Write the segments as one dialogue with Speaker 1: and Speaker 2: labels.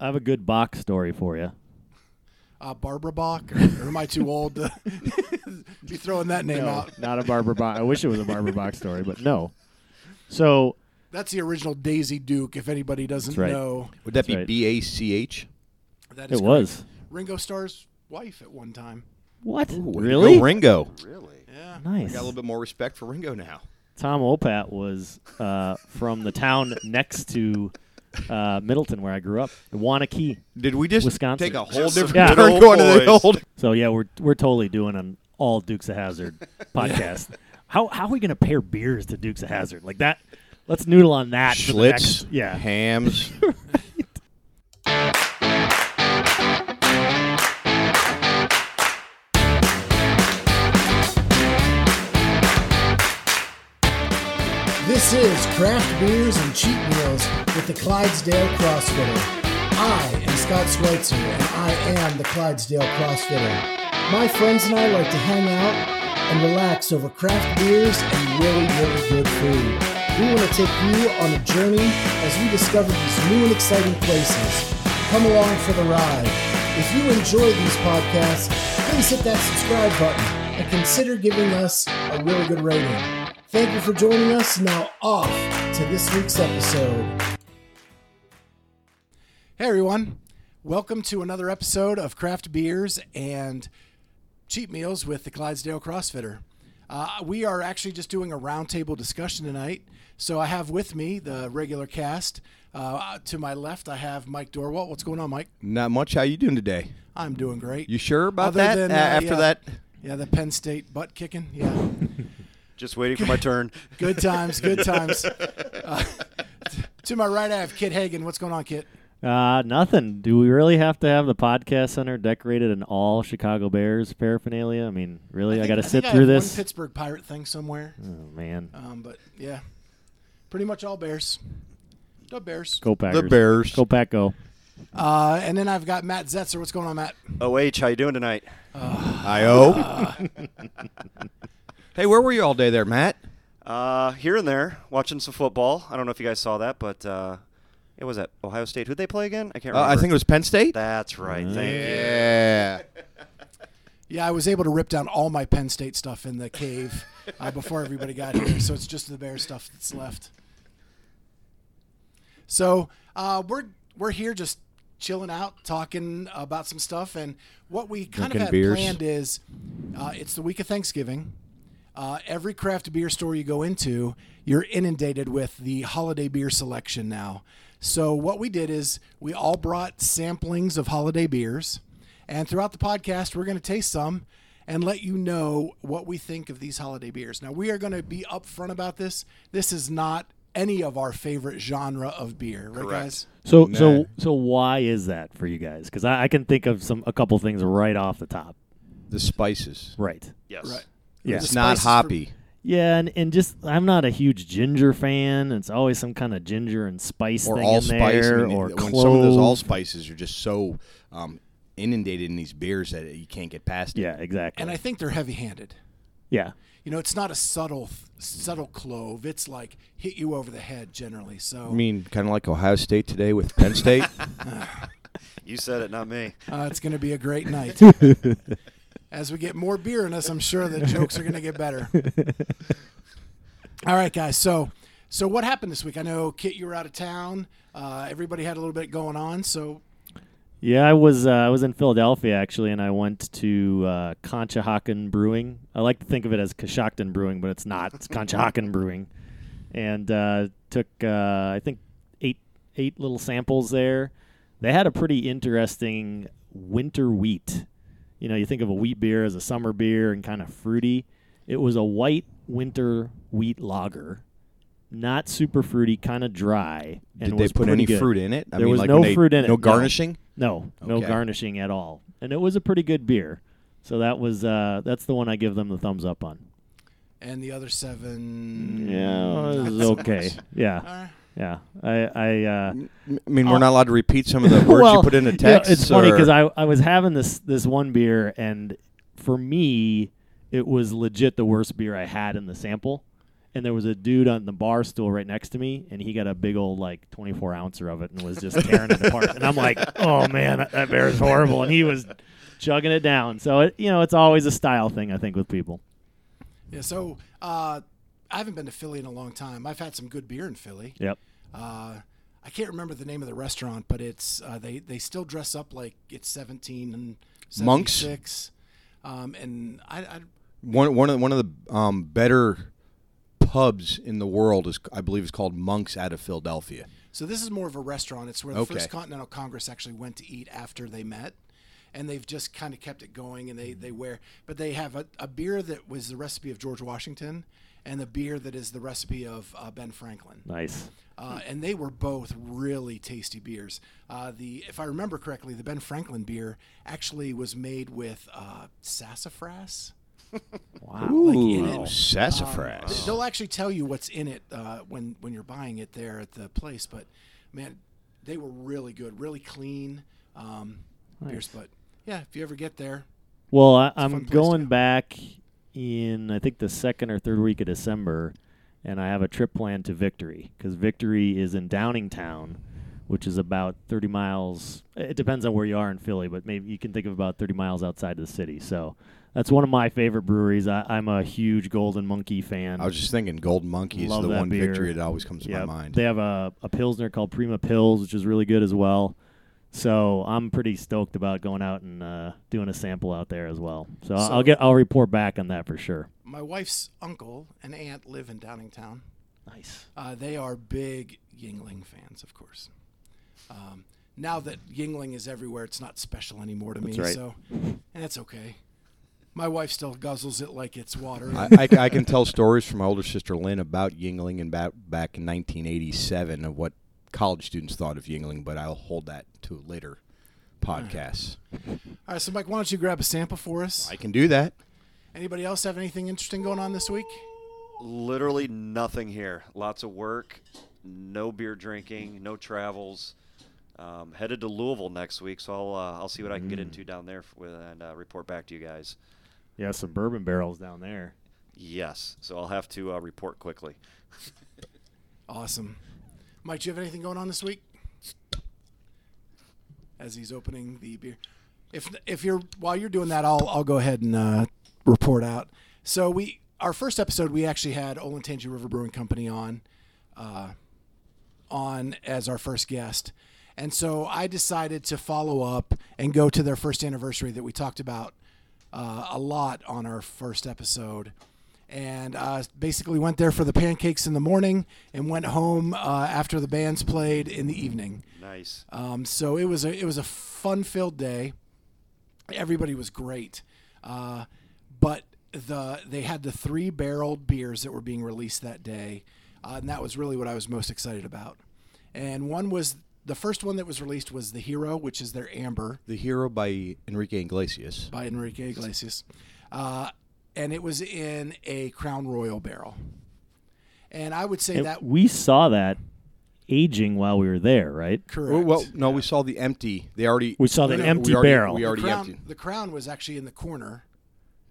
Speaker 1: I have a good box story for you.
Speaker 2: Uh, Barbara Bach, or, or am I too old to be throwing that name
Speaker 1: No,
Speaker 2: out?
Speaker 1: not a barber box. I wish it was a barber box story, but no. So
Speaker 2: That's the original Daisy Duke. If anybody doesn't
Speaker 1: That's right.
Speaker 2: know,
Speaker 3: Would that
Speaker 1: That's right.
Speaker 3: be B A C H?
Speaker 2: that
Speaker 1: it
Speaker 2: is
Speaker 1: was.
Speaker 2: correct. Ringo Starr's wife at one time.
Speaker 1: What?
Speaker 3: Go
Speaker 1: really?
Speaker 3: Ringo.
Speaker 2: Yeah,
Speaker 3: I
Speaker 1: Nice.
Speaker 3: got a little bit more respect for Ringo now.
Speaker 1: Tom Opat was uh, from the town next to uh, Middleton, where I grew up, Wanakee.
Speaker 3: Did we just
Speaker 1: Wisconsin.
Speaker 3: take a whole
Speaker 4: Just some
Speaker 3: different
Speaker 1: good
Speaker 3: turn
Speaker 4: old
Speaker 3: going to the
Speaker 4: boys.
Speaker 3: old?
Speaker 1: So yeah, we're we're totally doing an all Dukes of Hazard podcast. How how are we gonna pair beers to Dukes of Hazard like that? Let's noodle on that. for the
Speaker 3: Schlitz,
Speaker 1: next- yeah.
Speaker 3: hams.
Speaker 5: This is Craft Beers and Cheap Meals with the Clydesdale Crossfitter. I am Scott Schweitzer, and I am the Clydesdale Crossfitter. My friends and I like to hang out and relax over craft beers and really, really good food. We want to take you on a journey as we discover these new and exciting places. Come along for the ride. If you enjoy these podcasts, please hit that subscribe button and consider giving us a really good rating. Thank you for joining us. Now, off to this week's episode.
Speaker 2: Hey everyone, welcome to another episode of Craft Beers and Cheap Meals with the Clydesdale CrossFitter. Uh, we are actually just doing a roundtable discussion tonight. So I have with me the regular cast. Uh, to my left, I have Mike Dorwalt. What's going on, Mike?
Speaker 3: Not much. How you doing today?
Speaker 2: I'm doing great.
Speaker 3: You sure about
Speaker 2: Other
Speaker 3: that?
Speaker 2: than,
Speaker 3: A-
Speaker 2: uh,
Speaker 3: after
Speaker 2: yeah.
Speaker 3: that,
Speaker 2: Yeah, the Penn State butt kicking. Yeah.
Speaker 4: Just waiting for my turn.
Speaker 2: Good times, good times. Uh, t- to my right, I have Kit Hagen. What's going on, Kit?
Speaker 1: Uh, nothing. Do we really have to have the podcast center decorated in all Chicago Bears paraphernalia? I mean, really? I,
Speaker 2: think-
Speaker 1: got to
Speaker 2: think
Speaker 1: sit
Speaker 2: I
Speaker 1: through
Speaker 2: have
Speaker 1: this.
Speaker 2: One Pittsburgh Pirate thing somewhere.
Speaker 1: oh man,
Speaker 2: Um, but yeah, pretty much all Bears. The Bears.
Speaker 1: go Packers.
Speaker 3: the Bears.
Speaker 1: Go Pack, go.
Speaker 2: Uh, and then I've got Matt Zetzer. What's going on, Matt?
Speaker 4: OH, how you doing tonight?
Speaker 3: I O. hey, where were you all day there, Matt?
Speaker 4: Uh, here and there, watching some football. I don't know if you guys saw that, but uh, it was at Ohio State. Who'd they play again? I can't
Speaker 3: Uh,
Speaker 4: remember.
Speaker 3: I think it was Penn State.
Speaker 4: That's right. Thank you.
Speaker 3: yeah.
Speaker 2: Yeah, I was able to rip down all my Penn State stuff in the cave uh, before everybody got here, so it's just the Bears stuff that's left. So uh, we're we're here just chilling out, talking about some stuff, and what we kind
Speaker 3: Drinking
Speaker 2: of had
Speaker 3: beers.
Speaker 2: planned is uh, it's the week of Thanksgiving. Uh, every craft beer store you go into, you're inundated with the holiday beer selection now. So what we did is we all brought samplings of holiday beers, and throughout the podcast, we're going to taste some and let you know what we think of these holiday beers. Now we are going to be upfront about this. This is not any of our favorite genre of beer, right, guys?
Speaker 1: So
Speaker 3: Nah.
Speaker 1: so so why is that for you guys? Because I, I can think of some a couple things right off the top.
Speaker 3: The spices.
Speaker 1: Right.
Speaker 4: Yes.
Speaker 2: Right.
Speaker 1: Yeah.
Speaker 3: It's
Speaker 2: The
Speaker 3: not
Speaker 2: spices for-
Speaker 3: hoppy.
Speaker 1: Yeah, and, and just I'm not a huge ginger fan. It's always some kind of ginger and spice
Speaker 3: or
Speaker 1: thing
Speaker 3: all
Speaker 1: in
Speaker 3: spice.
Speaker 1: there,
Speaker 3: I mean,
Speaker 1: or
Speaker 3: when
Speaker 1: clove.
Speaker 3: some of those all spices are just so um, inundated in these beers that you can't get past. it.
Speaker 1: yeah, exactly.
Speaker 2: And I think they're heavy-handed.
Speaker 1: yeah,
Speaker 2: You know, it's not a subtle subtle clove. It's like hit you over the head generally. So
Speaker 3: I mean, kind of like Ohio State today with Penn State.
Speaker 4: You said it, not me.
Speaker 2: Uh, it's going to be a great night. As we get more beer in us, I'm sure the jokes are going to get better. All right, guys. So, so what happened this week? I know Kit, you were out of town. Uh, everybody had a little bit going on. So,
Speaker 1: yeah. I was uh, I was in Philadelphia actually, and I went to uh, Conshohocken Brewing. I like to think of it as Coshocton Brewing, but it's not. It's Conshohocken Brewing, and uh, took uh, I think eight eight little samples there. They had a pretty interesting winter wheat. You know, you think of a wheat beer as a summer beer and kind of fruity. It was a white winter wheat lager, not super fruity, kind of dry. And
Speaker 3: Did they
Speaker 1: was
Speaker 3: put
Speaker 1: pretty
Speaker 3: any
Speaker 1: good.
Speaker 3: fruit in it? I
Speaker 1: there
Speaker 3: mean,
Speaker 1: was
Speaker 3: like
Speaker 1: no
Speaker 3: when they-
Speaker 1: fruit in it.
Speaker 3: No
Speaker 1: no.
Speaker 3: garnishing.
Speaker 1: No, no
Speaker 3: Okay.
Speaker 1: garnishing at all. And it was a pretty good beer. So that was uh, that's the one I give them the thumbs up on.
Speaker 2: and the other seven. Uh,
Speaker 1: Yeah, it was okay. Yeah,
Speaker 2: All right.
Speaker 1: yeah. I, I uh,
Speaker 3: M- I mean, we're not allowed to repeat some of the words you put in a
Speaker 1: you know,
Speaker 3: text.
Speaker 1: it's funny
Speaker 3: or-
Speaker 1: because I, I was having this this one beer, and for me, it was legit the worst beer I had in the sample. and there was a dude on the bar stool right next to me, and he got a big old like 24 ouncer of it and was just tearing it apart. And I'm like, oh man, that- that bear is horrible, and he was chugging it down. So it, you know, it's always a style thing, I think, with people.
Speaker 2: Yeah. So uh, I haven't been to Philly in a long time. I've had some good beer in Philly.
Speaker 1: Yep.
Speaker 2: Uh, I can't remember the name of the restaurant, but it's uh, they they still dress up like it's 17 and
Speaker 3: Monks?
Speaker 2: 76. Um, and I, I
Speaker 3: One one of the, one of the um, better pubs in the world is I believe is called Monks out of Philadelphia.
Speaker 2: So this is more of a restaurant. It's where the
Speaker 3: Okay.
Speaker 2: first Continental Congress actually went to eat after they met, and they've just kind of kept it going. And they they wear, but they have a, a beer that was the recipe of George Washington, and the beer that is the recipe of uh, Ben Franklin.
Speaker 1: Nice.
Speaker 2: Uh, and they were both really tasty beers. Uh, the if I remember correctly, the Ben Franklin beer actually was made with uh, sassafras.
Speaker 1: Wow.
Speaker 2: in it.
Speaker 1: Oh,
Speaker 3: Ooh, sassafras.
Speaker 2: They'll actually tell you what's in it uh, when when you're buying it there at the place. But man, they were really good, really clean um, beers. But yeah, if you ever get there,
Speaker 1: Well, I,
Speaker 2: fun
Speaker 1: I'm
Speaker 2: place to
Speaker 1: going
Speaker 2: go.
Speaker 1: back in I think the second or third week of December, and I have a trip planned to Victory because Victory is in Downingtown, which is about 30 miles. It depends on where you are in Philly, but maybe you can think of about 30 miles outside of the city. So that's one of my favorite breweries. I, I'm a huge Golden Monkey fan.
Speaker 3: I was just thinking, Golden Monkey is
Speaker 1: Love
Speaker 3: the
Speaker 1: that
Speaker 3: one
Speaker 1: beer.
Speaker 3: victory that always comes to
Speaker 1: Yep.
Speaker 3: my mind.
Speaker 1: They have a, a pilsner called Prima Pills, which is really good as well. So I'm pretty stoked about going out and uh, doing a sample out there as well. So, I'll get I'll report back on that for sure.
Speaker 2: my wife's uncle and aunt live in Downingtown.
Speaker 1: Nice.
Speaker 2: Uh, they are big Yingling fans, of course. Um, now that Yingling is everywhere, it's not special anymore to me.
Speaker 1: right.
Speaker 2: So, and that's okay. My wife still guzzles it like it's water.
Speaker 3: I, I, I can tell stories from my older sister Lynn about Yingling and back back in 1987 of what college students thought of Yingling, but I'll hold that to later podcasts.
Speaker 2: All right, so Mike, why don't you grab a sample for us?
Speaker 3: I can do that.
Speaker 2: Anybody else have anything interesting going on this week?
Speaker 4: Literally nothing here. Lots of work, no beer drinking, no travels. Um, headed to Louisville next week, so I'll uh, I'll see what I
Speaker 3: Mm.
Speaker 4: can get into down there f- with, and uh, report back to you guys.
Speaker 1: Yeah, some bourbon barrels down there.
Speaker 4: Yes, so I'll have to uh, report quickly.
Speaker 2: Awesome. Mike, do you have anything going on this week? As he's opening the beer. If if you're while you're doing that, I'll I'll go ahead and uh, report out. So we our first episode we actually had Olentangy River Brewing Company on uh, on as our first guest. And so I decided to follow up and go to their first anniversary that we talked about uh, a lot on our first episode. And uh, basically went there for the pancakes in the morning and went home uh, after the bands played in the evening.
Speaker 4: Nice.
Speaker 2: Um, so it was a it was a fun filled day. Everybody was great, uh, but the they had the three barreled beers that were being released that day, uh, and that was really what I was most excited about. And one was the first one that was released was the Hero, which is their amber
Speaker 3: The Hero by Enrique Iglesias.
Speaker 2: by Enrique Iglesias, uh, and it was in a Crown Royal barrel. And I would say
Speaker 1: And
Speaker 2: that
Speaker 1: we saw that aging while we were there, right?
Speaker 2: correct.
Speaker 3: Well, well, no, we saw the empty. They already
Speaker 1: We saw the
Speaker 3: No, no,
Speaker 1: empty
Speaker 3: we already,
Speaker 1: barrel.
Speaker 3: We
Speaker 2: the
Speaker 3: already
Speaker 2: crown,
Speaker 3: emptied
Speaker 2: the crown was actually in the corner.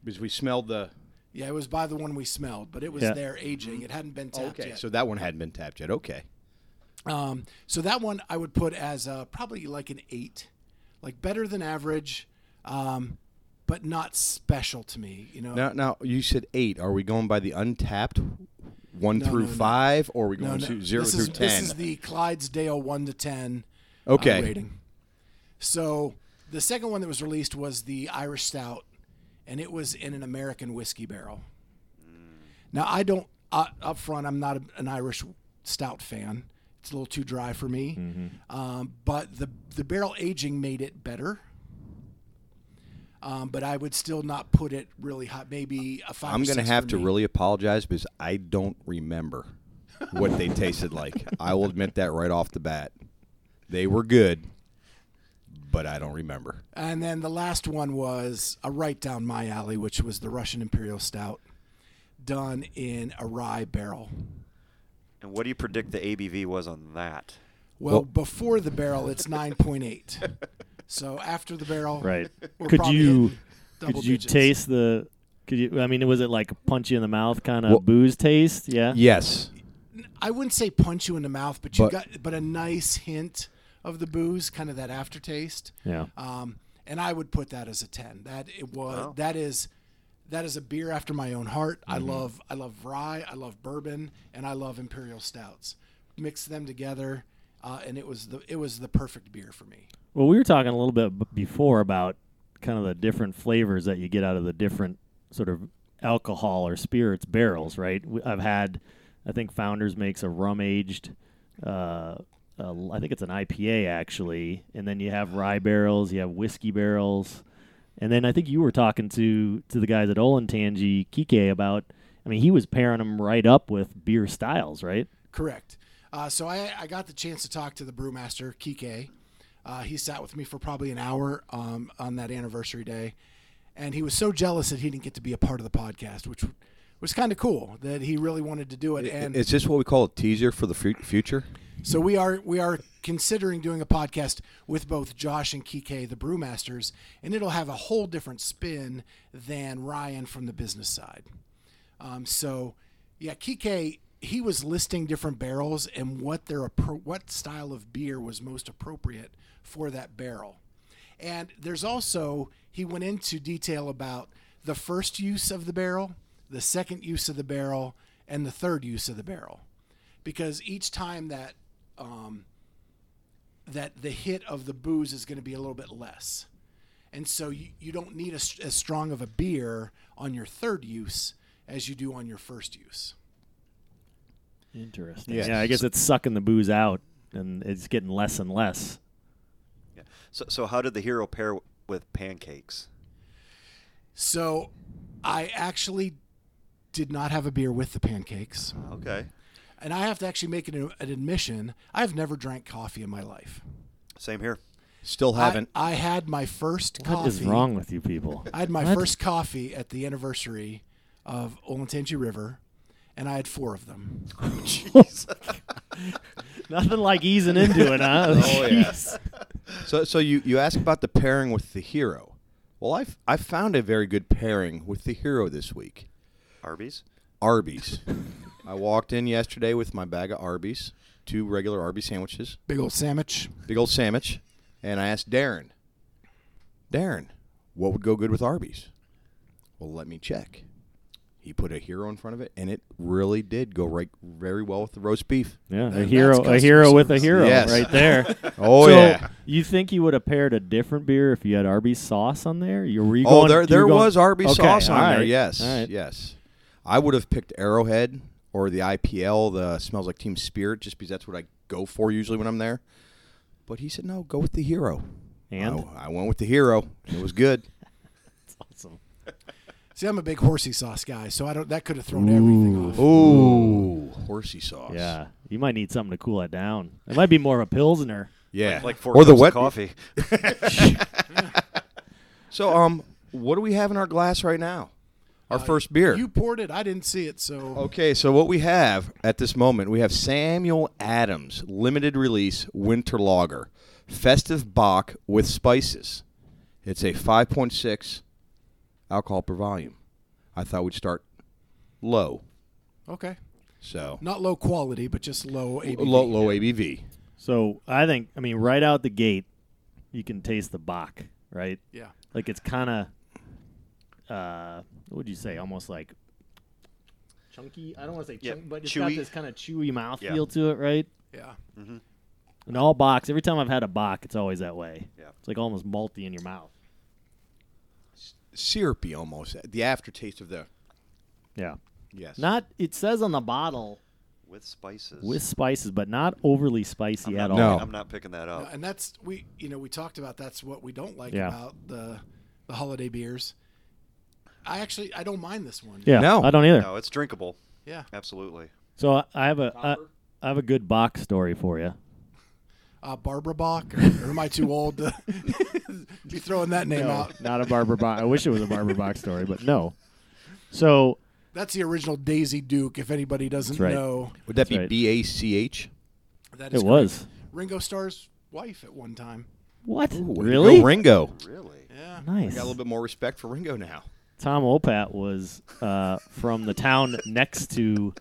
Speaker 3: because we smelled the.
Speaker 2: Yeah, it was by the one we smelled, but it was
Speaker 1: Yeah.
Speaker 2: there aging. It hadn't been tapped
Speaker 3: Okay,
Speaker 2: yet.
Speaker 3: so that one hadn't been tapped yet. Okay,
Speaker 2: um, so that one I would put as uh probably like an eight, like better than average, um, but not special to me. You know,
Speaker 3: now now you said eight. Are we going by the untapped one
Speaker 2: No,
Speaker 3: through
Speaker 2: no, no.
Speaker 3: five, or are we
Speaker 2: No,
Speaker 3: going
Speaker 2: no.
Speaker 3: to zero
Speaker 2: this
Speaker 3: through
Speaker 2: is,
Speaker 3: ten?
Speaker 2: This is the Clydesdale one to ten. uh,
Speaker 3: Okay.
Speaker 2: rating. So the second one that was released was the Irish Stout, and it was in an American whiskey barrel. Now I don't uh, up front. I'm not a, an Irish Stout fan. It's a little too dry for me.
Speaker 3: Mm-hmm.
Speaker 2: Um, but the the barrel aging made it better. Um, but I would still not put it really hot. Maybe a five.
Speaker 3: I'm
Speaker 2: going
Speaker 3: gonna have to really apologize because I don't remember what they tasted like. I will admit that right off the bat. They were good, but I don't remember.
Speaker 2: And then the last one was a right down my alley, which was the Russian Imperial Stout done in a rye barrel.
Speaker 4: And what do you predict the ABV was on that?
Speaker 2: Well, before the barrel, it's 9.8. so after the barrel,
Speaker 1: Right.
Speaker 2: we're
Speaker 1: could
Speaker 2: probably
Speaker 1: you
Speaker 2: hitting double
Speaker 1: could you
Speaker 2: digits.
Speaker 1: taste the Could you? I mean, was it like punch you in the mouth kind of
Speaker 3: Well-
Speaker 1: booze taste? Yeah.
Speaker 3: Yes.
Speaker 2: I wouldn't say punch you in the mouth, but you
Speaker 3: But-
Speaker 2: got but a nice hint of the booze, kind of that aftertaste.
Speaker 1: Yeah.
Speaker 2: Um, and I would put that as a ten. That it was that is that is a beer after my own heart. I love I love rye, I love bourbon, and I love imperial stouts. Mix them together, uh, and it was the it was the perfect beer for me.
Speaker 1: Well, we were talking a little bit b- before about kind of the different flavors that you get out of the different sort of alcohol or spirits barrels, right? W- I've had, I think Founders makes a rum aged, uh, uh, I think it's an IPA actually, and then you have rye barrels, you have whiskey barrels, and then I think you were talking to to the guys at Olentangy Kike about. I mean, he was pairing them right up with beer styles, right?
Speaker 2: Correct. Uh, so I, I got the chance to talk to the brewmaster Kike. Uh, he sat with me for probably an hour um, on that anniversary day, and he was so jealous that he didn't get to be a part of the podcast, which was kind of cool that he really wanted to do it. And
Speaker 3: Is this what we call a teaser for the fu- future?
Speaker 2: so we are we are considering doing a podcast with both Josh and Kike, the brewmasters, and it'll have a whole different spin than Ryan from the business side. Um, so, yeah, Kike he was listing different barrels and what their appro- what style of beer was most appropriate for that barrel. And there's also he went into detail about the first use of the barrel, the second use of the barrel, and the third use of the barrel, because each time that um, that the hit of the booze is going to be a little bit less. And so you, you don't need a s as strong of a beer on your third use as you do on your first use.
Speaker 1: Interesting.
Speaker 3: Yes.
Speaker 1: Yeah, I guess it's sucking the booze out, and it's getting less and less.
Speaker 4: Yeah. So, so how did the hero pair w- with pancakes?
Speaker 2: So I actually did not have a beer with the pancakes.
Speaker 4: Okay.
Speaker 2: And I have to actually make an, an admission I've never drank coffee in my life.
Speaker 4: Same here.
Speaker 3: Still
Speaker 2: I-
Speaker 3: haven't.
Speaker 2: I, had my first coffee.
Speaker 1: What is wrong with you people?
Speaker 2: I had my
Speaker 1: What?
Speaker 2: first coffee at the anniversary of Olentangy River, and I had four of them.
Speaker 1: Nothing like easing into it, huh?
Speaker 3: Oh, yeah. So, so you, you ask about the pairing with the hero. Well, I've, I found a very good pairing with the hero this week
Speaker 4: Arby's.
Speaker 3: Arby's. I walked in yesterday with my bag of Arby's, two regular Arby's sandwiches,
Speaker 2: Big old sandwich.
Speaker 3: big old sandwich, and I asked Darren, Darren, what would go good with Arby's? Well, let me check. He put a hero in front of it, and it really did go right very well with the roast beef.
Speaker 1: Yeah, a
Speaker 2: That's
Speaker 1: hero, a
Speaker 2: customer
Speaker 1: hero with a
Speaker 2: service.
Speaker 1: hero,
Speaker 3: Yes.
Speaker 1: right there.
Speaker 3: Oh
Speaker 1: so
Speaker 3: yeah.
Speaker 1: you think you would have paired a different beer if you had Arby's sauce on there? You were you
Speaker 3: Oh,
Speaker 1: going- you
Speaker 3: there
Speaker 1: were
Speaker 3: there
Speaker 1: going-
Speaker 3: was Arby's
Speaker 1: Okay,
Speaker 3: sauce on
Speaker 1: all
Speaker 3: there.
Speaker 1: right,
Speaker 3: Yes,
Speaker 1: all right.
Speaker 3: yes. I would have picked Arrowhead or the IPL, the smells like Team Spirit, just because that's what I go for usually when I'm there. But he said no, go with the hero.
Speaker 1: And
Speaker 3: I, I went with the hero. It was good.
Speaker 1: awesome.
Speaker 2: See, I'm a big horsey sauce guy, so I don't. That could have thrown everything
Speaker 1: Oh,
Speaker 2: off.
Speaker 3: Ooh, horsey sauce.
Speaker 1: Yeah, you might need something to cool it down. It might be more of a pilsner.
Speaker 3: yeah.
Speaker 4: Like four
Speaker 3: or
Speaker 4: cups
Speaker 3: the
Speaker 4: of
Speaker 3: wet
Speaker 4: coffee.
Speaker 3: So um, what do we have in our glass right now? Our
Speaker 4: Uh,
Speaker 3: first beer.
Speaker 2: You poured it. I didn't see it, so
Speaker 3: Okay, so what we have at this moment, we have Samuel Adams limited release winter lager, festive Bach with spices. It's a 5.6 alcohol per volume. I thought we'd start low,
Speaker 1: Oh.
Speaker 2: okay.
Speaker 3: so
Speaker 2: Not low quality, but just low ABV.
Speaker 3: low low ABV.
Speaker 1: So I think, I mean, right out the gate, you can taste the Bach, right?
Speaker 2: Yeah.
Speaker 1: Like it's kind of, uh, what would you say? Almost like chunky. I don't want to say
Speaker 4: Yeah,
Speaker 1: chunky, but it's got
Speaker 4: chewy.
Speaker 1: this kind of chewy mouth
Speaker 4: Yeah.
Speaker 1: feel to it, right?
Speaker 2: Yeah.
Speaker 1: And all box. Every time I've had a bock, it's always that way.
Speaker 4: Yeah.
Speaker 1: It's like almost malty in your mouth.
Speaker 3: syrupy almost. The aftertaste of the
Speaker 1: Yeah.
Speaker 3: yes,
Speaker 1: Not. It says on the bottle
Speaker 4: With spices.
Speaker 1: with spices, but not overly
Speaker 4: I'm
Speaker 1: spicy
Speaker 4: not,
Speaker 1: at all.
Speaker 3: No.
Speaker 4: I'm not picking that up.
Speaker 2: And that's we you know, we talked about that's what we don't like
Speaker 1: Oh. Yeah.
Speaker 2: about the the holiday beers. I actually I don't mind this one.
Speaker 1: Yeah.
Speaker 3: No.
Speaker 1: I don't either.
Speaker 4: No, it's drinkable.
Speaker 2: Yeah.
Speaker 4: Absolutely.
Speaker 1: So I, I have a I, I have a good box story for you.
Speaker 2: Uh, Barbara Bach, or, am I too old to be throwing that name out?
Speaker 1: not a barber box. I wish it was a barber box story, but no. So
Speaker 2: That's the original Daisy Duke. If anybody doesn't
Speaker 1: That's right.
Speaker 2: know,
Speaker 3: would that be
Speaker 1: right.
Speaker 3: B A C H?
Speaker 2: that is
Speaker 1: it
Speaker 2: correct.
Speaker 1: was
Speaker 2: Ringo Starr's wife at one time.
Speaker 1: what
Speaker 3: Way to go,
Speaker 1: really
Speaker 3: Ringo.
Speaker 4: Really?
Speaker 2: Yeah.
Speaker 1: nice.
Speaker 3: Got a little bit more respect for Ringo now.
Speaker 1: Tom Opat was uh, from the town next to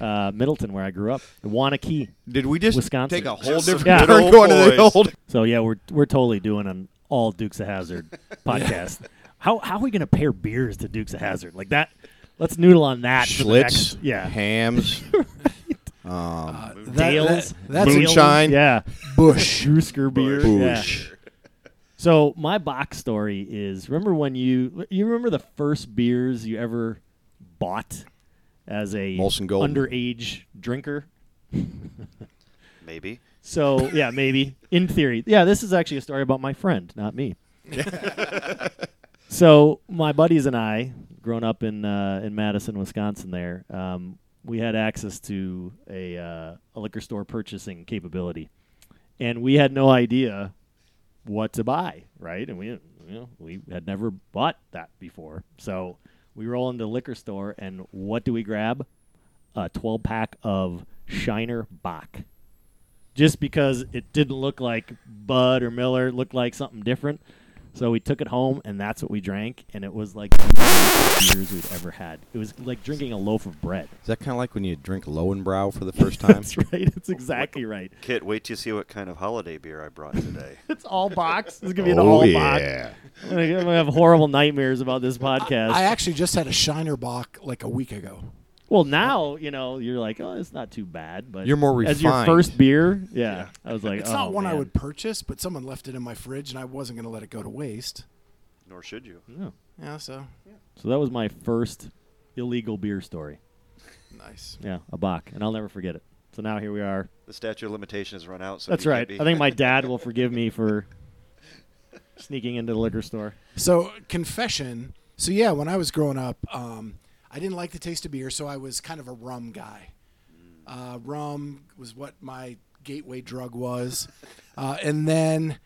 Speaker 1: uh, Middleton, where I grew up, Wanakee.
Speaker 3: Did we just
Speaker 1: Wisconsin.
Speaker 3: take a whole
Speaker 4: Just some
Speaker 1: good
Speaker 3: different turn
Speaker 4: old
Speaker 3: going to the
Speaker 4: boys.
Speaker 3: old?
Speaker 1: So yeah, we're we're totally doing an all Dukes of Hazard podcast. How how are we gonna pair beers to Dukes of Hazard like that? Let's noodle on that. for the
Speaker 3: Schlitz,
Speaker 1: next- yeah,
Speaker 3: hams,
Speaker 2: That- that-
Speaker 1: Dales,
Speaker 2: that's
Speaker 1: Dales,
Speaker 3: moonshine.
Speaker 1: yeah,
Speaker 2: Bush.
Speaker 1: Brewsker beer, yeah.
Speaker 3: boosh.
Speaker 1: So my box story is: remember when you you remember the first beers you ever bought as a
Speaker 3: Molson Golden.
Speaker 1: underage drinker?
Speaker 4: Maybe.
Speaker 1: So yeah, maybe in theory. Yeah, this is actually a story about my friend, not me. so my buddies and I, grown up in uh, in Madison, Wisconsin, there, um, we had access to a, uh, a liquor store purchasing capability, and we had no idea what to buy, right? And we you know, we had never bought that before, so we roll into the liquor store, and what do we grab? A twelve pack of Shiner Bach just because it didn't look like Bud or Miller, it looked like something different. So we took it home, and that's what we drank, and it was like the beers we'd ever had. It was like drinking a loaf of bread.
Speaker 3: Is that kind of like when you drink Lowenbrow for the first time?
Speaker 1: That's right. It's exactly right.
Speaker 4: Kit, wait till you see what kind of holiday beer I brought today.
Speaker 1: It's all box. It's gonna be an
Speaker 3: Oh,
Speaker 1: all box.
Speaker 3: yeah.
Speaker 1: I'm gonna, I'm gonna have horrible nightmares about this podcast.
Speaker 2: I actually just had a Shiner Bach like a week ago.
Speaker 1: well, now you know you're like, oh, it's not too bad, but
Speaker 3: You're more
Speaker 1: As your
Speaker 3: refined.
Speaker 1: first beer, yeah, I was like,
Speaker 2: It's
Speaker 1: oh,
Speaker 2: not one I
Speaker 1: man.
Speaker 2: would purchase, but someone left it in my fridge and I wasn't going to let it go to waste.
Speaker 4: Nor should you.
Speaker 2: Yeah, so
Speaker 1: So that was my first illegal beer story.
Speaker 2: nice.
Speaker 1: Yeah, a Bach, and I'll never forget it. So now here we are.
Speaker 4: The statute of limitation has run out. So
Speaker 1: That's
Speaker 4: you can't
Speaker 1: right.
Speaker 4: be-
Speaker 1: I think my dad will forgive me for sneaking into the liquor store.
Speaker 2: So confession. So yeah, when I was growing up, um, I didn't like the taste of beer, so I was kind of a rum guy. Uh, rum was what my gateway drug was, uh, and then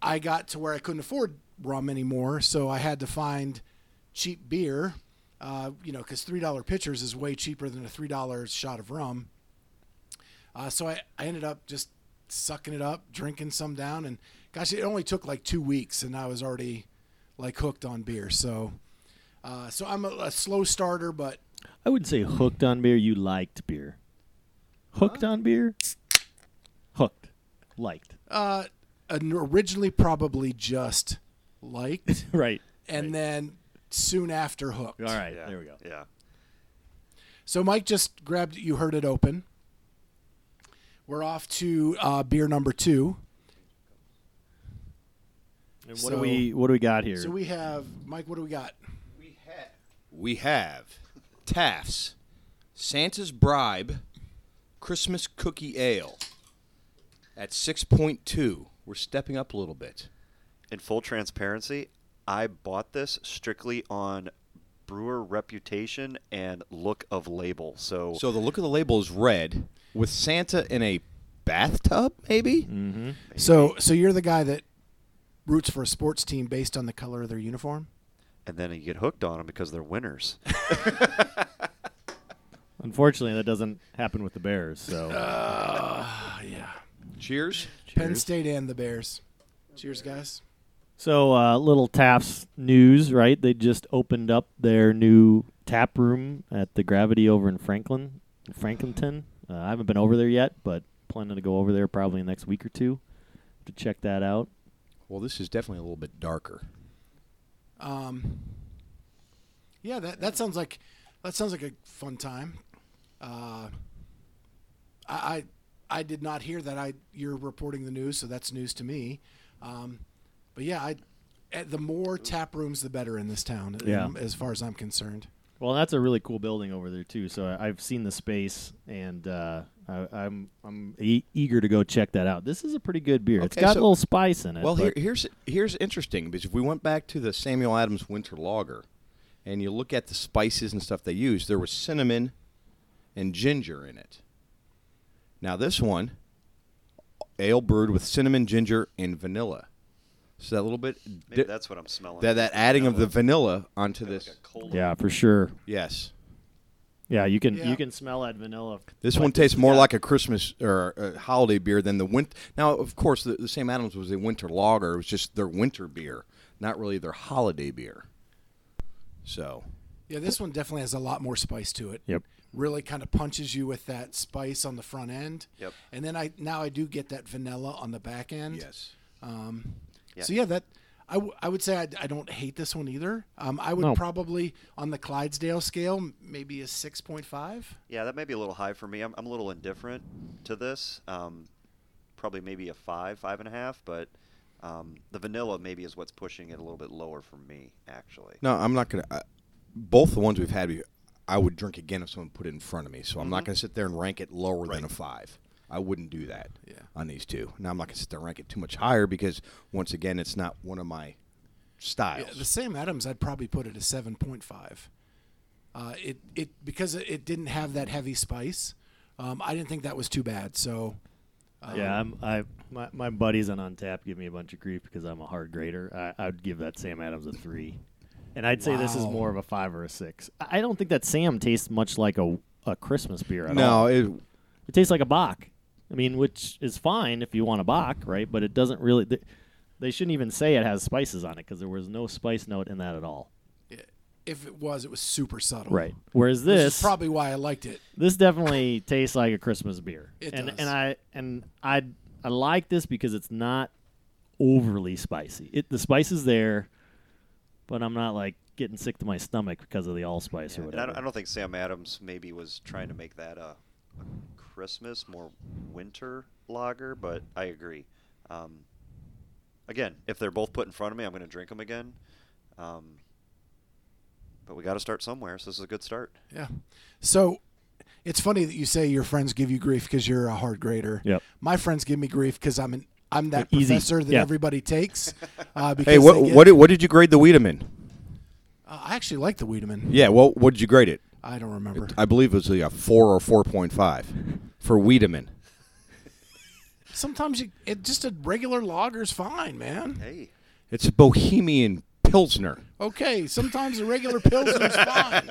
Speaker 2: I got to where I couldn't afford rum anymore, so I had to find cheap beer. Uh, you know, because three dollar pitchers is way cheaper than a three dollar shot of rum. Uh, so I, I ended up just sucking it up, drinking some down, and gosh, it only took like two weeks, and I was already like hooked on beer. So, uh, so I'm a, a slow starter, but
Speaker 1: I wouldn't say hooked on beer. You liked beer. Hooked on beer? Hooked. Liked.
Speaker 2: uh, an- originally probably just liked,
Speaker 1: Right.
Speaker 2: and then soon after hooked.
Speaker 1: All right.
Speaker 4: Yeah,
Speaker 1: There we go.
Speaker 4: Yeah.
Speaker 2: So Mike just grabbed. You heard it open. We're off to uh, beer number two.
Speaker 1: And what do
Speaker 2: So-
Speaker 1: we what do we got here?
Speaker 2: So we have Mike. What do we got?
Speaker 3: We have Taft's Santa's Bribe Christmas Cookie Ale at 6.2. We're stepping up a little bit.
Speaker 4: In full transparency, I bought this strictly on brewer reputation and look of label. So,
Speaker 3: So the look of the label is red with Santa in a bathtub, maybe?
Speaker 1: Mm-hmm.
Speaker 2: So, so you're the guy that roots for a sports team based on the color of their uniform.
Speaker 4: and then you get hooked on them because they're winners.
Speaker 1: Unfortunately, that doesn't happen with the Bears. So
Speaker 3: Cheers.
Speaker 2: Penn State and the Bears. Cheers, guys.
Speaker 1: so uh, little Taft's news, right? They just opened up their new tap room at the Gravity over in Franklin, Franklinton. Uh, I haven't been over there yet, but planning to go over there probably in the next week or two to check that out.
Speaker 3: Well, this is definitely a little bit darker.
Speaker 2: Um, yeah, that that sounds like that sounds like a fun time. Uh, I, I I did not hear that. I you're reporting the news, so that's news to me. Um, but yeah, I eh, the more tap rooms, the better in this town. um,
Speaker 1: Yeah.
Speaker 2: as far as I'm concerned.
Speaker 1: Well, that's a really cool building over there too. So I- I've seen the space, and uh, I, I'm I'm e- eager to go check that out. This is a pretty good beer. it's
Speaker 3: Okay,
Speaker 1: got
Speaker 3: so-
Speaker 1: a little spice in it.
Speaker 3: Well, here,
Speaker 1: but-
Speaker 3: here's here's interesting because if we went back to the Samuel Adams Winter Lager, and you look at the spices and stuff they used, there was cinnamon and ginger in it. Now this one, ale brewed with cinnamon, ginger, and vanilla. So that little bit,
Speaker 4: Maybe
Speaker 3: di-
Speaker 4: that's what I'm smelling.
Speaker 3: that that adding of the vanilla onto
Speaker 4: Like
Speaker 3: this.
Speaker 4: a cold-
Speaker 1: yeah, for sure.
Speaker 3: Yes,
Speaker 1: Yeah, you can
Speaker 2: Yeah.
Speaker 1: you can smell that vanilla.
Speaker 3: this
Speaker 1: But
Speaker 3: one tastes more
Speaker 1: yeah.
Speaker 3: like a Christmas or a holiday beer than the winter. Now, of course, the, the Sam Adams was a winter lager. It was just their winter beer, not really their holiday beer. So
Speaker 2: Yeah, this one definitely has a lot more spice to it.
Speaker 1: Yep.
Speaker 2: Really kind of punches you with that spice on the front end.
Speaker 4: Yep.
Speaker 2: And then I now I do get that vanilla on the back end.
Speaker 3: yes,
Speaker 2: So yeah, that I, w- I would say I, I don't hate this one either. Um, I would
Speaker 1: No.
Speaker 2: probably on the Clydesdale scale m- maybe a six point five.
Speaker 4: Yeah, that may be a little high for me. I'm, I'm a little indifferent to this. Um, probably maybe a five, five and a half, but um, the vanilla maybe is what's pushing it a little bit lower for me, actually.
Speaker 3: no, I'm not gonna. I, both the ones we've had, I would drink again if someone put it in front of me. So I'm not gonna sit there and rank it lower than a five. I wouldn't do that
Speaker 2: Yeah.
Speaker 3: on these two. Now I'm not gonna sit there and rank it too much higher because once again, it's not one of my styles.
Speaker 2: The Sam Adams, I'd probably put it a seven point five. Uh, it it because it- it didn't have that heavy spice. Um, I didn't think that was too bad. So
Speaker 1: yeah, I'm, I my, my buddies on Untap give me a bunch of grief because I'm a hard grader. I, I would give that Sam Adams a three, and I'd say this is
Speaker 2: Wow.
Speaker 1: more of a five or a six. I I don't think that Sam tastes much like a, a Christmas beer at all.
Speaker 3: no, it,
Speaker 1: It tastes like a Bach. I mean, which is fine if you want a Bach, right? But it doesn't really. They, they shouldn't even say it has spices on it because there was no spice note in that at all.
Speaker 2: if it was, it was super subtle.
Speaker 1: Whereas
Speaker 2: Which is
Speaker 1: this,
Speaker 2: probably why I liked it.
Speaker 1: this definitely tastes like a Christmas beer.
Speaker 2: It
Speaker 1: and
Speaker 2: does.
Speaker 1: and I and I I like this because it's not overly spicy. It the spice is there, but I'm not like getting sick to my stomach because of the allspice or
Speaker 4: And I
Speaker 1: whatever.
Speaker 4: don't, I don't think Sam Adams maybe was trying to make that a, a Christmas, more winter lager, but I agree. Um, again, if they're both put in front of me, I'm going to drink them again. Um, but we got to start somewhere, so this is a good start.
Speaker 2: Yeah. So it's funny that you say your friends give you grief because you're a hard grader.
Speaker 1: Yep.
Speaker 2: My friends give me grief because I'm an I'm that
Speaker 1: Easy.
Speaker 2: professor that
Speaker 1: Yeah.
Speaker 2: everybody takes. Uh, because
Speaker 3: hey, what
Speaker 2: they get-
Speaker 3: what did, what did you grade the Wiedemann?
Speaker 2: Uh, I actually like the Wiedemann.
Speaker 3: Yeah, well, what did you grade it?
Speaker 2: I don't remember.
Speaker 3: I believe it was like a four or four point five for Wiedemann.
Speaker 2: Sometimes you, it just a regular lager's fine, man.
Speaker 4: Hey,
Speaker 3: It's a Bohemian Pilsner.
Speaker 2: Okay, sometimes a regular pilsner's fine.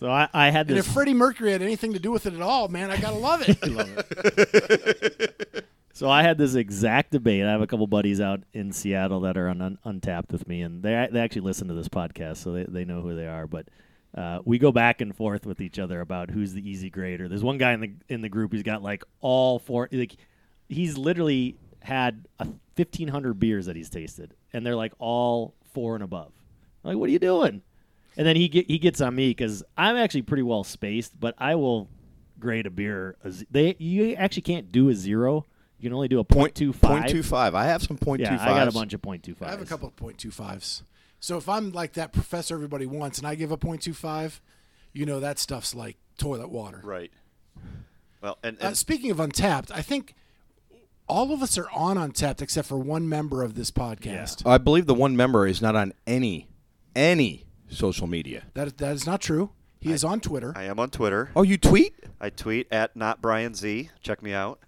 Speaker 1: so I, I had
Speaker 2: And if
Speaker 1: this
Speaker 2: Freddie Mercury had anything to do with it at all, man, I gotta love it.
Speaker 1: So I had this exact debate. I have a couple buddies out in Seattle that are on un- Untapped with me, and they they actually listen to this podcast, so they, they know who they are. But uh, we go back and forth with each other about who's the easy grader. There's one guy in the in the group who's got like all four. Like he's literally had a 1,500 beers that he's tasted, and they're like all four and above. I'm like, what are you doing? And then he get, he gets on me because I'm actually pretty well spaced, but I will grade a beer. A z- they you actually can't do a zero. You can only do a point two five.
Speaker 3: Point two five. I have some point
Speaker 1: Yeah,
Speaker 3: two
Speaker 1: I got a
Speaker 3: fives.
Speaker 1: bunch of point two five.
Speaker 2: I have a couple of point two fives. So if I'm like that professor everybody wants, and I give a point two five, you know that stuff's like toilet water.
Speaker 4: right. Well, and,
Speaker 2: Uh,
Speaker 4: and
Speaker 2: speaking of Untapped, I think all of us are on Untapped except for one member of this podcast.
Speaker 3: I believe the one member is not on any any social media.
Speaker 2: That that is not true. He is on Twitter.
Speaker 4: I am on Twitter.
Speaker 3: Oh, you tweet?
Speaker 4: I tweet at not Brian Z. Check me out.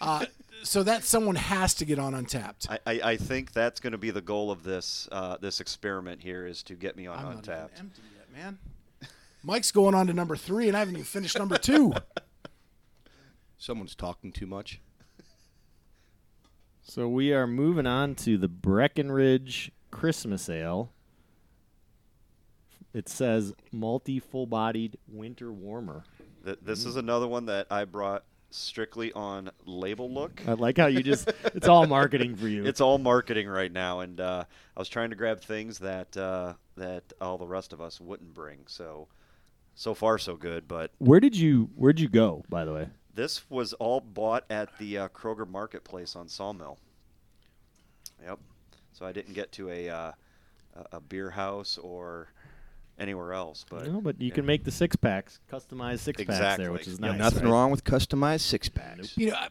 Speaker 2: Uh, so that someone has to get on Untapped.
Speaker 4: I, I, I think that's going to be the goal of this uh, this experiment here is to get me on
Speaker 2: I'm not even
Speaker 4: Untapped.
Speaker 2: empty yet, man. Mike's going on to number three, and I haven't even finished number two.
Speaker 3: Someone's talking too much.
Speaker 1: So we are moving on to the Breckenridge Christmas Ale. It says multi full bodied winter warmer.
Speaker 4: Th- this
Speaker 2: Mm-hmm.
Speaker 4: is another one that I brought strictly on label look.
Speaker 1: I like how you just it's all marketing for you.
Speaker 4: It's all marketing right now, and uh, I was trying to grab things that uh, that all the rest of us wouldn't bring. So, so far so good. But
Speaker 1: where did you where'd you go, by the way?
Speaker 4: this was all bought at the uh, Kroger Marketplace on Sawmill. Yep. So I didn't get to a uh, a- a beer house or anywhere else, but
Speaker 1: No, but you
Speaker 4: yeah.
Speaker 1: can make the six packs, customized six packs
Speaker 4: Exactly.
Speaker 1: there, which is
Speaker 4: Yeah,
Speaker 1: nice.
Speaker 3: Nothing
Speaker 1: right?
Speaker 3: wrong with customized six packs.
Speaker 2: You know, I-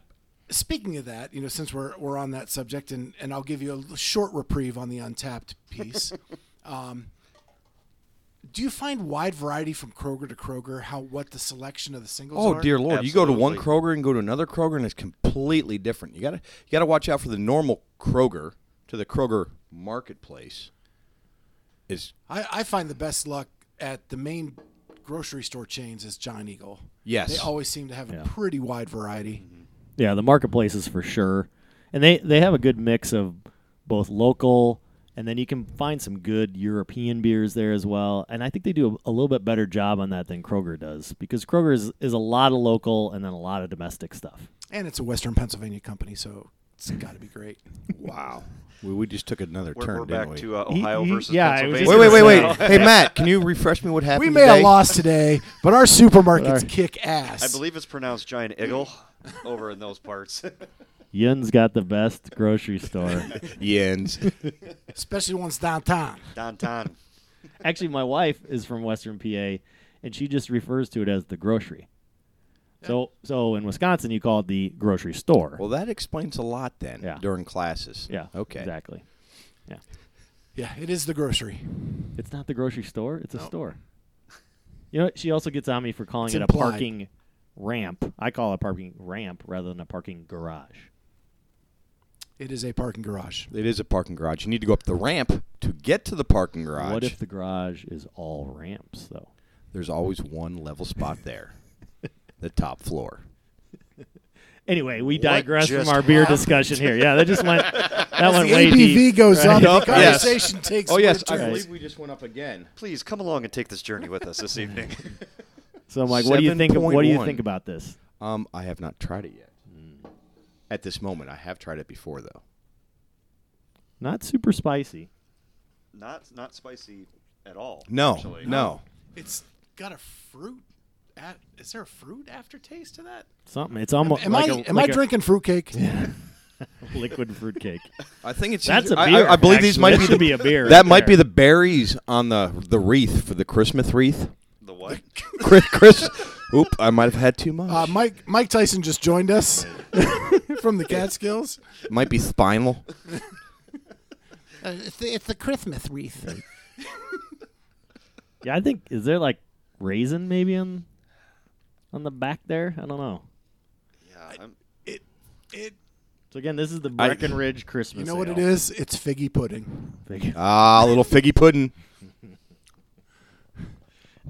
Speaker 2: speaking of that, you know, since we're we're on that subject, and and I'll give you a l- short reprieve on the Untapped piece. um, do you find wide variety from Kroger to Kroger? How what the selection of the singles?
Speaker 3: Oh
Speaker 2: are?
Speaker 3: dear lord! You go to one
Speaker 4: Absolutely.
Speaker 3: Kroger and go to another Kroger, and it's completely different. You gotta you gotta watch out for the normal Kroger to the Kroger marketplace. Is
Speaker 2: I, I find the best luck at the main grocery store chains is Giant Eagle.
Speaker 3: Yes.
Speaker 2: They always seem to have
Speaker 1: Yeah.
Speaker 2: a pretty wide variety.
Speaker 4: Mm-hmm.
Speaker 1: Yeah, the marketplaces for sure, and they they have a good mix of both local And then you can find some good European beers there as well. And I think they do a, a little bit better job on that than Kroger does because Kroger is, is a lot of local and then a lot of domestic stuff.
Speaker 2: And it's a Western Pennsylvania company, so it's
Speaker 3: Mm-hmm.
Speaker 2: got to be great.
Speaker 3: Wow. We, we just took another
Speaker 4: We're,
Speaker 3: turn,
Speaker 4: we're
Speaker 3: didn't
Speaker 4: back
Speaker 3: we?
Speaker 4: to uh,
Speaker 1: He-
Speaker 4: Ohio
Speaker 1: he-
Speaker 4: versus
Speaker 1: yeah, I was
Speaker 4: Pennsylvania.
Speaker 1: just
Speaker 3: wait, wait, wait, wait.
Speaker 1: So-
Speaker 3: hey, Matt, can you refresh me what happened
Speaker 2: we may
Speaker 3: today?
Speaker 2: have lost today, but our supermarkets kick ass.
Speaker 4: I believe it's pronounced giant eagle over in those parts.
Speaker 1: Yun's got the best grocery store.
Speaker 3: Yens.
Speaker 2: especially ones downtown.
Speaker 4: Downtown.
Speaker 1: Actually, my wife is from Western PA, and she just refers to it as the grocery. So, so in Wisconsin, you call it the grocery store.
Speaker 3: well, that explains a lot then
Speaker 1: Yeah.
Speaker 3: during classes.
Speaker 1: yeah.
Speaker 3: Okay.
Speaker 1: Exactly. Yeah.
Speaker 2: Yeah, it is the grocery.
Speaker 1: It's not the grocery store. It's a store. You know, what? she also gets on me for calling
Speaker 2: It's
Speaker 1: it a
Speaker 2: implied.
Speaker 1: parking ramp. I call it a parking ramp rather than a parking garage.
Speaker 2: It is a parking garage.
Speaker 3: It is a parking garage. You need to go up the ramp to get to the parking garage.
Speaker 1: What if the garage is all ramps though?
Speaker 3: There's always one level spot there, the top floor.
Speaker 1: Anyway, we
Speaker 4: What
Speaker 1: digress from
Speaker 4: just
Speaker 1: our beer
Speaker 4: happened?
Speaker 1: discussion here. Yeah, that just went that
Speaker 2: As
Speaker 1: went
Speaker 2: the
Speaker 1: way
Speaker 2: ABV
Speaker 1: deep.
Speaker 2: goes up,
Speaker 3: Yup,
Speaker 2: the
Speaker 3: yes.
Speaker 2: conversation takes.
Speaker 3: Oh yes,
Speaker 2: weird
Speaker 3: I
Speaker 2: turns.
Speaker 3: believe we just went up again.
Speaker 4: Please come along and take this journey with us this evening.
Speaker 1: So I'm like, what do you think? Of, what do you
Speaker 3: 7.1.
Speaker 1: think about this?
Speaker 3: Um, I have not tried it yet.
Speaker 4: Hmm.
Speaker 3: At this moment, I have tried it before though.
Speaker 1: Not super spicy.
Speaker 4: not not spicy at all.
Speaker 3: No,
Speaker 4: actually.
Speaker 3: no.
Speaker 2: It's got a fruit. At, is there a fruit aftertaste to that?
Speaker 1: Something. It's almost
Speaker 2: Am
Speaker 1: like
Speaker 2: I
Speaker 1: a,
Speaker 2: am
Speaker 1: like
Speaker 2: I
Speaker 1: a
Speaker 2: drinking fruitcake?
Speaker 1: liquid fruitcake.
Speaker 3: I think it's.
Speaker 1: That's a
Speaker 3: I-
Speaker 1: beer,
Speaker 3: I, I believe these
Speaker 1: actually.
Speaker 3: might
Speaker 1: That
Speaker 3: be, the,
Speaker 1: should be a beer
Speaker 3: That
Speaker 1: right
Speaker 3: might be
Speaker 1: there.
Speaker 3: the berries on the the wreath for the Christmas wreath.
Speaker 4: The what?
Speaker 3: Chris, Chris oop, I might have had too much.
Speaker 2: Uh, Mike Mike Tyson just joined us from the Catskills.
Speaker 3: might be spinal.
Speaker 2: Uh, it's, the, it's the Christmas wreath.
Speaker 1: Yeah, I think is there like raisin maybe on on the back there? I don't know.
Speaker 4: yeah, I'm,
Speaker 2: It it.
Speaker 1: So again, this is the Breckenridge Christmas.
Speaker 2: You know what it
Speaker 1: ale.
Speaker 2: is? It's figgy pudding.
Speaker 1: Big-
Speaker 3: Ah, little figgy pudding.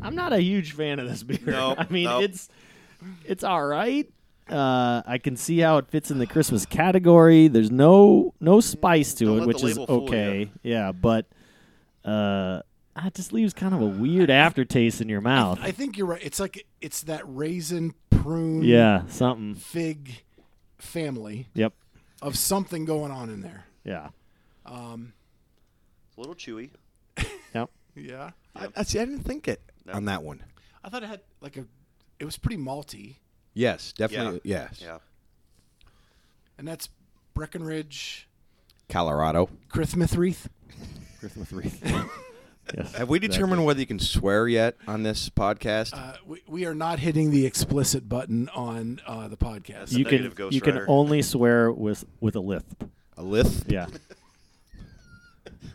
Speaker 1: I'm not a huge fan of this beer.
Speaker 4: Nope,
Speaker 1: I mean,
Speaker 4: nope.
Speaker 1: it's it's all right. Uh, I can see how it fits in the Christmas category. There's no no spice to
Speaker 4: Don't let
Speaker 1: it,
Speaker 4: the
Speaker 1: which is
Speaker 4: label fool
Speaker 1: okay. Yeah, but uh, it just leaves kind of a weird aftertaste in your mouth.
Speaker 2: I think you're right. It's like it's that raisin prune
Speaker 1: yeah, something.
Speaker 2: fig family
Speaker 1: Yep.
Speaker 2: of something going on in there.
Speaker 1: Yeah.
Speaker 4: it's a little chewy.
Speaker 1: Yep.
Speaker 2: Yeah.
Speaker 3: I, I see. I didn't think it on that one.
Speaker 2: I thought it had like a. It was pretty malty,
Speaker 3: Yes,
Speaker 4: Yeah.
Speaker 3: definitely. Yes,
Speaker 4: Yeah.
Speaker 2: and that's Breckenridge
Speaker 3: Colorado.
Speaker 2: Christmas wreath.
Speaker 1: Christmas wreath. yes.
Speaker 3: Have we determined whether you can swear yet on this podcast?
Speaker 2: Uh, we, we are not hitting the explicit button on uh, the podcast.
Speaker 1: You can
Speaker 4: Negative Ghost
Speaker 1: you can
Speaker 4: Rider.
Speaker 1: only swear with with a lisp.
Speaker 3: a lith.
Speaker 1: Yeah.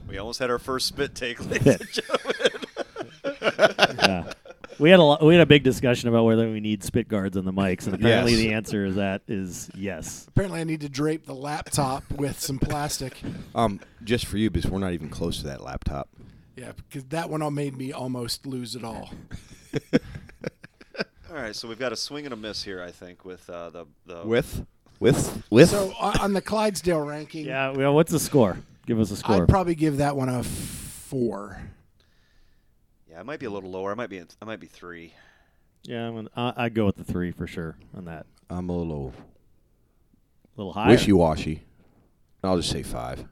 Speaker 4: We almost had our first spit take.
Speaker 1: yeah. We had a lot, we had a big discussion about whether we need spit guards on the mics, and apparently
Speaker 3: Yes.
Speaker 1: the answer is that is yes.
Speaker 2: Apparently, I need to drape the laptop with some plastic.
Speaker 3: Um, just for you, because we're not even close to that laptop.
Speaker 2: Yeah, because that one all made me almost lose it all.
Speaker 4: all right, so we've got a swing and a miss here, I think, with uh, the the
Speaker 3: With, with, with.
Speaker 2: So on on the Clydesdale ranking,
Speaker 1: Yeah. Well, what's the score? Give us a score.
Speaker 2: I'd probably give that one a four.
Speaker 4: Yeah, it might be a little lower. I might be I might be three.
Speaker 1: yeah, I'm gonna, I, I'd go with the three for sure on that.
Speaker 3: I'm a little
Speaker 1: A little higher.
Speaker 3: wishy-washy. I'll just say five.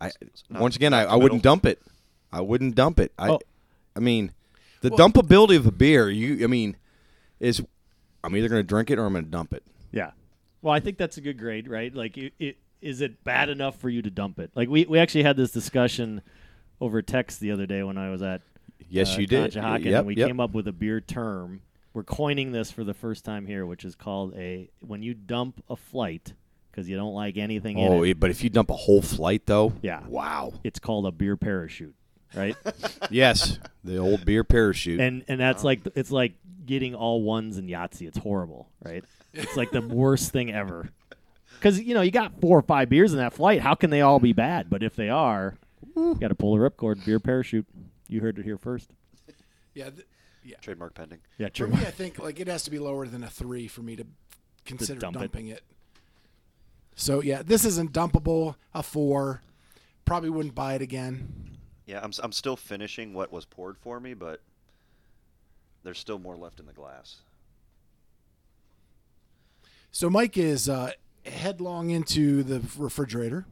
Speaker 3: I
Speaker 4: not
Speaker 3: once again, I, I wouldn't dump it. I wouldn't dump it. I,
Speaker 1: Oh.
Speaker 3: I mean, the dumpability of a beer. You, I mean, is I'm either going to drink it or I'm going to dump it.
Speaker 1: Yeah. Well, I think that's a good grade, right? Like, it, it, is it bad enough for you to dump it? Like, we, we actually had this discussion over text the other day when I was at
Speaker 3: Yes,
Speaker 1: uh,
Speaker 3: you did.
Speaker 1: Conshohocken,
Speaker 3: Yep,
Speaker 1: and we
Speaker 3: yep.
Speaker 1: came up with a beer term. We're coining this for the first time here, which is called a when you dump a flight because you don't like anything
Speaker 3: Oh,
Speaker 1: in it.
Speaker 3: yeah, but if you dump a whole flight though,
Speaker 1: Yeah.
Speaker 3: wow.
Speaker 1: It's called a beer parachute, right?
Speaker 3: yes, the old beer parachute.
Speaker 1: and and that's like it's like getting all ones in Yahtzee. It's horrible, right? It's like the worst thing ever. Because you know you got four or five beers in that flight. How can they all be bad? But if they are, you got to pull the ripcord. Beer parachute. You heard it here first.
Speaker 2: Yeah, th- yeah.
Speaker 4: Trademark pending.
Speaker 1: Yeah,
Speaker 2: For
Speaker 1: true.
Speaker 2: me, I think like it has to be lower than a three for me to consider
Speaker 1: dump it.
Speaker 2: dumping it. So yeah, this isn't dumpable. A four, Probably wouldn't buy it again.
Speaker 4: Yeah, I'm, s- I'm still finishing what was poured for me, but there's still more left in the glass.
Speaker 2: So Mike is uh, headlong into the refrigerator,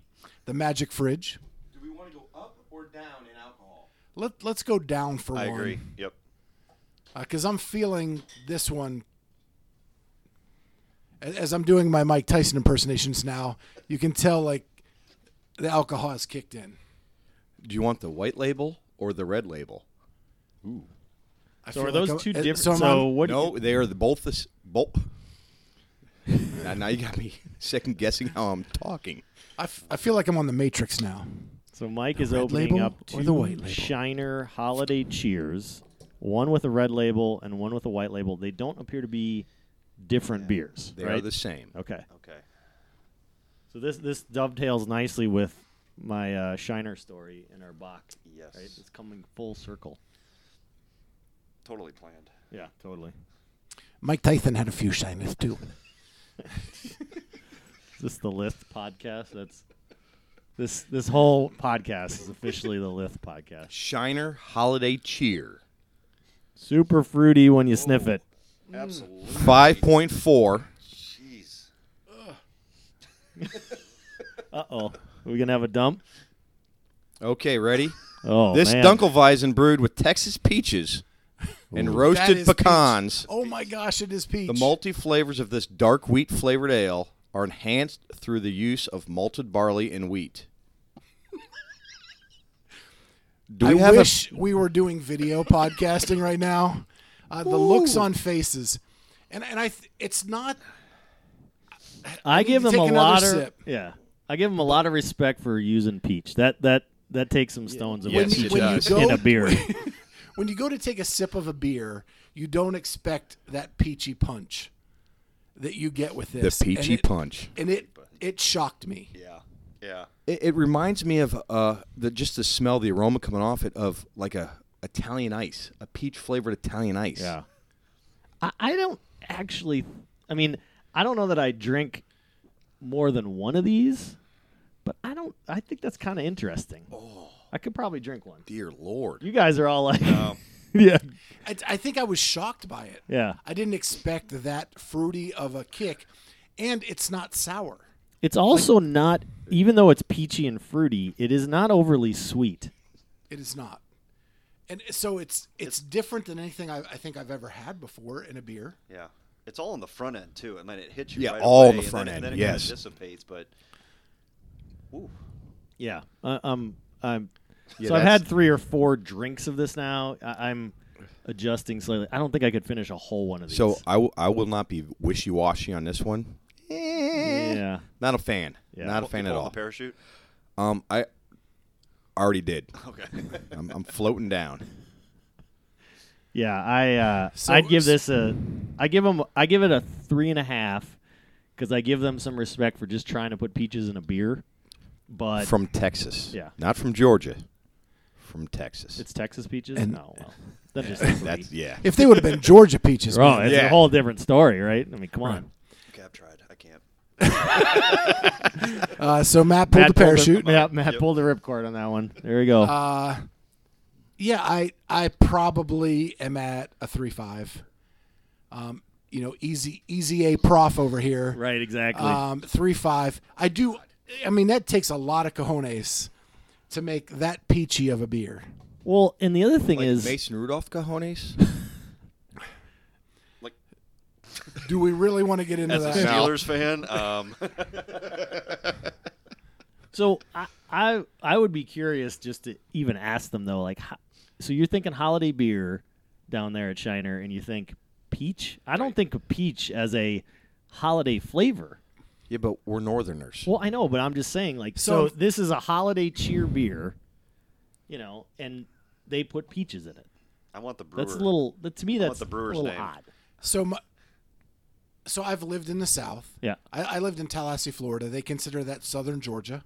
Speaker 2: the magic fridge.
Speaker 3: Do we want to go up or down in alcohol?
Speaker 2: Let, let's go down for
Speaker 4: I
Speaker 2: one.
Speaker 4: agree. Yep.
Speaker 2: because I'm feeling this one. a- As I'm doing my Mike Tyson impersonations now, you can tell like the alcohol has kicked in.
Speaker 3: Do you want the white label or the red label?
Speaker 2: I
Speaker 1: So
Speaker 2: feel
Speaker 1: are those
Speaker 2: like I'm-
Speaker 1: two
Speaker 2: uh,
Speaker 1: different?
Speaker 2: So,
Speaker 1: So,
Speaker 2: I'm on-
Speaker 1: what? do
Speaker 3: no,
Speaker 1: you-
Speaker 3: they are the, both the s- both. now, now you got me second guessing how I'm talking.
Speaker 2: I, f- I feel like I'm on the Matrix now.
Speaker 1: so Mike is
Speaker 2: red
Speaker 1: opening
Speaker 2: label
Speaker 1: up
Speaker 2: or
Speaker 1: two
Speaker 2: the white label?
Speaker 1: Shiner Holiday Cheers, one with a red label and one with a white label. They don't appear to be different beers,
Speaker 3: They are
Speaker 1: right?
Speaker 3: the same.
Speaker 1: okay.
Speaker 4: Okay.
Speaker 1: So this this dovetails nicely with my uh, Shiner story in our box.
Speaker 4: Yes.
Speaker 1: Right? It's coming full circle.
Speaker 4: Totally planned.
Speaker 1: Yeah, totally.
Speaker 2: Mike Tyson had a few shiners too.
Speaker 1: Is this the Lith podcast? That's this this whole podcast is officially the Lith podcast.
Speaker 3: Shiner Holiday Cheer.
Speaker 1: Super fruity when you sniff it.
Speaker 4: Absolutely.
Speaker 3: 5.4.
Speaker 4: Jeez.
Speaker 1: Uh oh. Are we gonna have a dump?
Speaker 3: Okay, ready?
Speaker 1: Oh
Speaker 3: this
Speaker 1: man.
Speaker 3: Dunkelweizen brewed with Texas peaches and
Speaker 2: That
Speaker 3: roasted
Speaker 2: is peach.
Speaker 3: pecans.
Speaker 2: Oh my gosh, it is peach.
Speaker 3: The multi flavors of this dark wheat flavored ale are enhanced through the use of malted barley and wheat. Do
Speaker 2: I
Speaker 3: we have a-
Speaker 2: wish we were doing video podcasting right now. Uh, the looks on faces, and and I, th- it's not.
Speaker 1: I give
Speaker 2: to
Speaker 1: them a
Speaker 2: take another
Speaker 1: lot of
Speaker 2: sip.
Speaker 1: yeah. I give them a lot of respect for using peach. That that that takes some stones away
Speaker 3: Yes,
Speaker 1: from
Speaker 3: it
Speaker 1: peach
Speaker 3: does.
Speaker 1: in
Speaker 2: go-
Speaker 1: a beer.
Speaker 2: when you go to take a sip of a beer, you don't expect that peachy punch that you get with
Speaker 3: the
Speaker 2: this.
Speaker 3: peachy
Speaker 2: and it,
Speaker 3: punch?
Speaker 2: and it it shocked me.
Speaker 4: Yeah. Yeah.
Speaker 3: It, it reminds me of uh, the just the smell, the aroma coming off it of like a Italian ice, a peach flavored Italian ice.
Speaker 1: yeah. I, I don't actually I mean, I don't know that I drink more than one of these, but I don't I think that's kind of interesting. I could probably drink one.
Speaker 3: Dear Lord.
Speaker 1: You guys are all like Yeah.
Speaker 2: I, I think I was shocked by it.
Speaker 1: Yeah.
Speaker 2: I didn't expect that fruity of a kick, and it's not sour.
Speaker 1: It's also not even though it's peachy and fruity, it is not overly sweet.
Speaker 2: It is not, and so it's it's different than anything I, I think I've ever had before in a beer.
Speaker 4: Yeah. It's all on the front end too. I mean, it hits you.
Speaker 3: Yeah,
Speaker 4: right
Speaker 3: all on
Speaker 4: away,
Speaker 3: the
Speaker 4: and
Speaker 3: front
Speaker 4: then,
Speaker 3: end,
Speaker 4: And then it
Speaker 3: yes.
Speaker 4: kind of dissipates, but. Ooh.
Speaker 1: Yeah. I, I'm. I'm.
Speaker 3: Yeah,
Speaker 1: so I've
Speaker 3: that's-
Speaker 1: had three or four drinks of this now. I, I'm adjusting slightly. I don't think I could finish a whole one of these.
Speaker 3: So I, w- I will not be wishy washy on this one.
Speaker 1: yeah.
Speaker 3: Not a fan.
Speaker 1: Yeah.
Speaker 3: Not a
Speaker 4: Pull-
Speaker 3: fan
Speaker 4: you
Speaker 3: at
Speaker 4: pull on
Speaker 3: all.
Speaker 4: The parachute.
Speaker 3: Um, I already did.
Speaker 4: Okay.
Speaker 3: I'm, I'm floating down.
Speaker 1: Yeah. I. Uh,
Speaker 2: So-
Speaker 1: I'd give this a. I give them. I give it a three and a half, because I give them some respect for just trying to put peaches in a beer, but
Speaker 3: from Texas.
Speaker 1: Yeah.
Speaker 3: Not from Georgia. From Texas.
Speaker 1: it's Texas peaches.
Speaker 2: And-
Speaker 1: no. Well, then just three.
Speaker 3: That's yeah.
Speaker 2: If they would have been Georgia peaches,
Speaker 1: Oh,
Speaker 2: man,
Speaker 1: it's a
Speaker 3: Yeah.
Speaker 1: whole different story, right? I mean, come on.
Speaker 4: okay, I've tried. I can't.
Speaker 2: uh, so Matt pulled the parachute.
Speaker 1: yeah, Matt pulled the ripcord on that one. There we go.
Speaker 3: Uh,
Speaker 2: yeah i i probably am at a three five um you know easy easy a prof over here
Speaker 1: right. Exactly.
Speaker 3: uh,
Speaker 2: um three five i do i mean that takes a lot of cojones to make that peachy of a beer
Speaker 1: well, and the other thing
Speaker 3: Like
Speaker 1: is.
Speaker 3: Mason Rudolph cojones?
Speaker 4: Like
Speaker 2: do we really want to get into
Speaker 4: as a
Speaker 2: that
Speaker 4: Steelers fan, um,
Speaker 1: So I, I I would be curious just to even ask them though, like, ho- so you're thinking holiday beer down there at Shiner, and you think peach? I don't think of peach as a holiday flavor.
Speaker 3: yeah, but we're Northerners.
Speaker 1: Well, I know, but I'm just saying, like, so,
Speaker 2: So-
Speaker 1: this is a holiday cheer beer, you know, and they put peaches in it.
Speaker 4: I want the brewer.
Speaker 1: That's a little. That, to me,
Speaker 4: want
Speaker 1: that's
Speaker 4: the brewer's
Speaker 1: a little
Speaker 4: name.
Speaker 1: odd.
Speaker 2: so my, so i've lived in the south
Speaker 1: Yeah.
Speaker 2: I, I lived in tallahassee florida they consider that southern georgia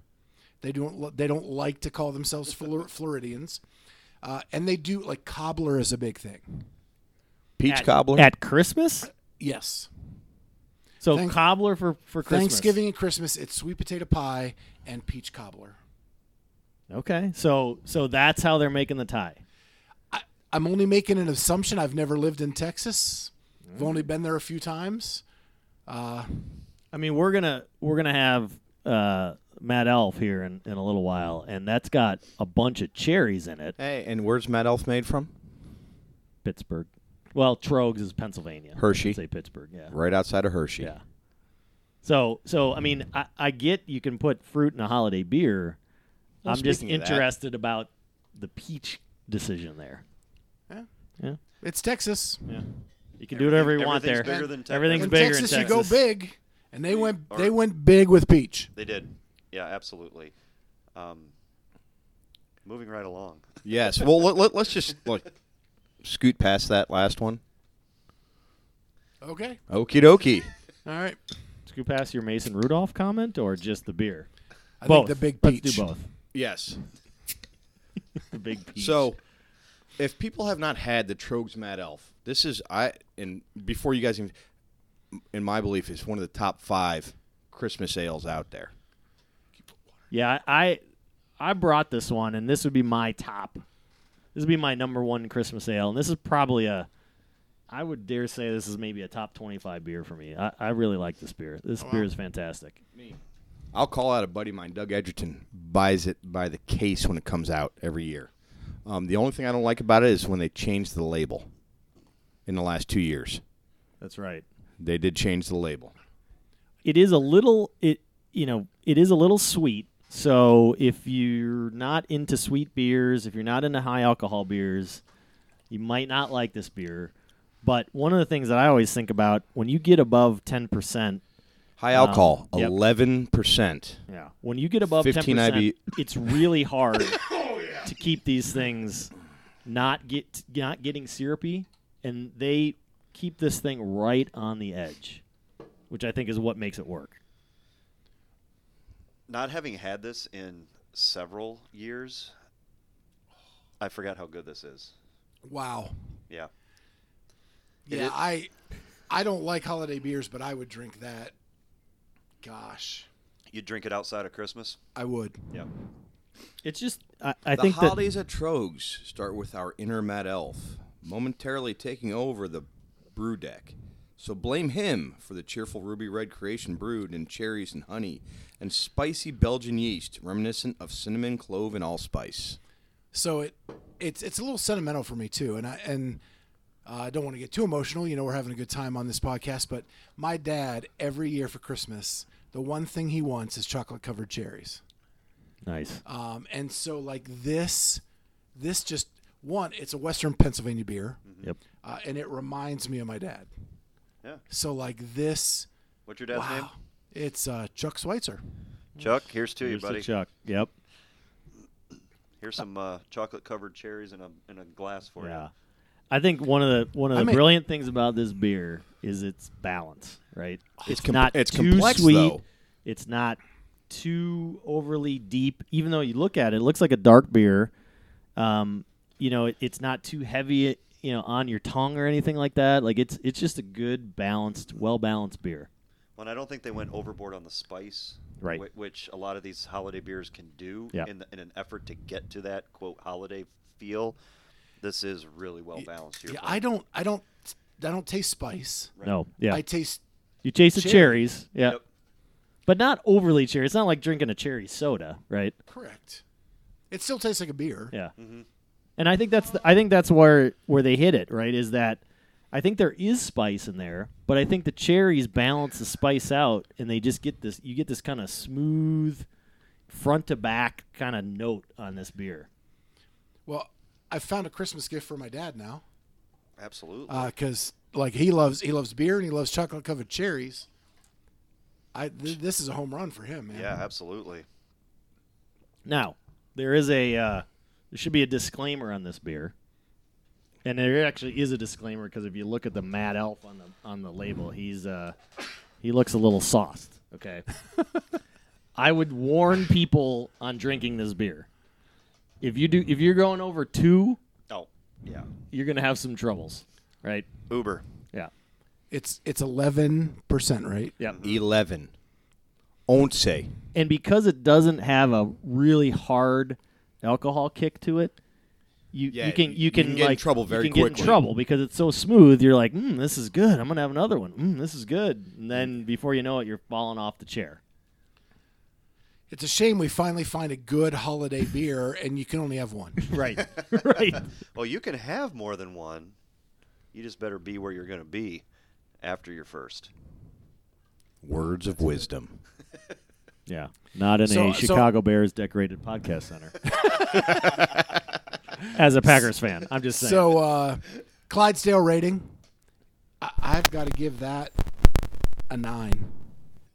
Speaker 2: they don't li- they don't like to call themselves Flor- floridians uh, and they do like cobbler is a big thing
Speaker 3: Peach
Speaker 1: At-
Speaker 3: cobbler.
Speaker 1: at Christmas.
Speaker 2: yes
Speaker 1: So
Speaker 2: Thank-
Speaker 1: cobbler for for Christmas.
Speaker 2: Thanksgiving and Christmas, it's sweet potato pie and peach cobbler.
Speaker 1: Okay. So so that's how they're making the tie.
Speaker 2: I, I'm only making an assumption. I've never lived in Texas. I've only been there a few times. Uh,
Speaker 1: I mean, we're gonna we're gonna have uh, Matt Elf here in, in a little while, and that's got a bunch of cherries in it.
Speaker 3: Hey, and where's Matt Elf made from?
Speaker 1: Pittsburgh. Well, Trogs is Pennsylvania.
Speaker 3: Hershey.
Speaker 1: I'd say Pittsburgh. Yeah.
Speaker 3: Right outside of Hershey.
Speaker 1: Yeah. So so I mean, I, I get you can put fruit in a holiday beer.
Speaker 3: Well,
Speaker 1: I'm just
Speaker 3: speaking of that-
Speaker 1: interested about the peach decision there.
Speaker 2: Yeah.
Speaker 1: Yeah.
Speaker 2: it's Texas.
Speaker 1: Yeah. You can do whatever you want there.
Speaker 4: Everything's bigger than Texas.
Speaker 1: Everything's
Speaker 2: in
Speaker 1: bigger
Speaker 2: Texas,
Speaker 1: in
Speaker 2: you go
Speaker 1: Texas.
Speaker 2: big, and they went
Speaker 4: Or-
Speaker 2: they went big with peach.
Speaker 4: They did. Yeah, absolutely. Um, moving right along.
Speaker 3: Yes. Well, let, let, let's just like scoot past that last one.
Speaker 2: Okay,
Speaker 3: Okie dokie.
Speaker 2: all right.
Speaker 1: Scoop past your Mason Rudolph comment or just the beer?
Speaker 2: I
Speaker 1: both.
Speaker 2: think the big
Speaker 1: Let's
Speaker 2: peach.
Speaker 1: do both.
Speaker 3: Yes.
Speaker 1: The big peach.
Speaker 3: So, if people have not had the Trogs Mad Elf, this is I and before you guys even, in my belief, is one of the top five Christmas ales out there.
Speaker 1: yeah, I I brought this one, and this would be my top. This would be my number one Christmas ale, and this is probably a. I would dare say this is maybe a top twenty-five beer for me. I, I really like this beer. This beer is fantastic.
Speaker 3: I'll call out a buddy of mine, Doug Edgerton, buys it by the case when it comes out every year. Um, the only thing I don't like about it is when they changed the label in the last two years.
Speaker 1: That's right.
Speaker 3: They did change the label.
Speaker 1: It is a little it you know it is a little sweet. So if you're not into sweet beers, if you're not into high alcohol beers, you might not like this beer. But one of the things that I always think about when you get above ten percent,
Speaker 3: High alcohol,
Speaker 1: yep.
Speaker 3: eleven percent.
Speaker 1: yeah, when you get above ten
Speaker 3: 15 IB.
Speaker 1: percent, it's really hard to keep these things not get not getting syrupy, and they keep this thing right on the edge, which I think is what makes it work.
Speaker 4: Not having had this in several years, I forgot how good this is.
Speaker 2: Wow.
Speaker 4: Yeah. It
Speaker 2: Yeah,
Speaker 4: is-
Speaker 2: I I don't like holiday beers, but I would drink that. Gosh,
Speaker 4: You drink it outside of Christmas?
Speaker 2: I would.
Speaker 4: Yeah.
Speaker 1: It's just I, I
Speaker 3: the
Speaker 1: think that
Speaker 3: holidays at Trogs start with our inner Mad Elf momentarily taking over the brew deck. So blame him for the cheerful ruby red creation brewed in cherries and honey and spicy Belgian yeast reminiscent of cinnamon, clove, and allspice.
Speaker 2: So it it's it's a little sentimental for me too, and I and uh, I don't want to get too emotional. You know, we're having a good time on this podcast, but my dad every year for Christmas, the one thing he wants is chocolate covered cherries.
Speaker 1: nice.
Speaker 2: Um, and so like this, this just one, it's a Western Pennsylvania beer,
Speaker 1: Yep.
Speaker 2: uh, and it reminds me of my dad.
Speaker 4: Yeah.
Speaker 2: So like this,
Speaker 4: What's your dad's name?
Speaker 2: wow, it's uh, Chuck Schweitzer.
Speaker 4: Chuck. Here's to you,
Speaker 1: Here's to
Speaker 4: buddy.
Speaker 1: Chuck. Yep.
Speaker 4: Here's some uh, chocolate-covered cherries in a in a glass for
Speaker 1: Yeah. I think one of the one of
Speaker 2: I
Speaker 1: the
Speaker 2: mean-
Speaker 1: brilliant things about this beer is its balance, right? It's
Speaker 3: com-
Speaker 1: not
Speaker 3: it's
Speaker 1: too
Speaker 3: complex,
Speaker 1: sweet.
Speaker 3: though.
Speaker 1: It's not too overly deep. Even though you look at it, it looks like a dark beer. Um, you know, it, it's not too heavy, you know, on your tongue or anything like that. Like it's it's just a good balanced, well balanced beer.
Speaker 4: you. And I don't think they went overboard on the spice,
Speaker 1: Right.
Speaker 4: whi- Which a lot of these holiday beers can do
Speaker 1: Yeah.
Speaker 4: in, the, in an effort to get to that quote holiday feel. This is really well balanced. to your
Speaker 2: Yeah,
Speaker 4: point.
Speaker 2: I don't, I don't, I don't taste spice.
Speaker 1: No, yeah,
Speaker 2: I taste
Speaker 1: you chase the
Speaker 2: cherry.
Speaker 1: cherries, yeah,
Speaker 4: Yep.
Speaker 1: but not overly cherry. It's not like drinking a cherry soda, right?
Speaker 2: correct. It still tastes like a beer.
Speaker 1: Yeah. And I think that's the, I think that's where where they hit it, right? Is that I think there is spice in there, but I think the cherries balance the spice out and they just get this you get this kind of smooth front to back kind of note on this beer.
Speaker 2: Well, I found a Christmas gift for my dad now
Speaker 4: Absolutely.
Speaker 2: uh, because like he loves he loves beer and he loves chocolate covered cherries. I th- this is a home run for him, man.
Speaker 4: yeah, absolutely.
Speaker 1: Now, there is a uh, there should be a disclaimer on this beer. And there actually is a disclaimer because if you look at the Mad Elf on the on the label, he's uh he looks a little sauced, okay? I would warn people on drinking this beer. If you do if you're going over 2,
Speaker 4: Oh, yeah.
Speaker 1: you're going to have some troubles, right?
Speaker 4: Uber.
Speaker 1: Yeah.
Speaker 2: It's it's eleven percent, right?
Speaker 1: Yeah.
Speaker 3: Eleven. Once.
Speaker 1: and because it doesn't have a really hard
Speaker 6: alcohol kick to it, you
Speaker 3: Yeah,
Speaker 6: you can
Speaker 3: you-
Speaker 6: you
Speaker 3: you
Speaker 6: can,
Speaker 3: can get in
Speaker 6: like,
Speaker 3: trouble very
Speaker 6: you can Get
Speaker 3: quickly.
Speaker 6: in trouble because it's so smooth. You're like, mm, this is good. I'm gonna have another one. Mm, this is good. And then before you know it, you're falling off the chair.
Speaker 2: It's a shame we finally find a good holiday beer and you can only have one.
Speaker 6: Right. right.
Speaker 4: Well, Oh, you can have more than one. You just better be where you're going to be after your first.
Speaker 3: Words of wisdom.
Speaker 6: Yeah. Not in
Speaker 2: So-
Speaker 6: a
Speaker 2: so-
Speaker 6: Chicago Bears decorated podcast center. As a Packers fan, I'm just saying.
Speaker 2: So, uh, Clydesdale rating, I- I've got to give that a nine.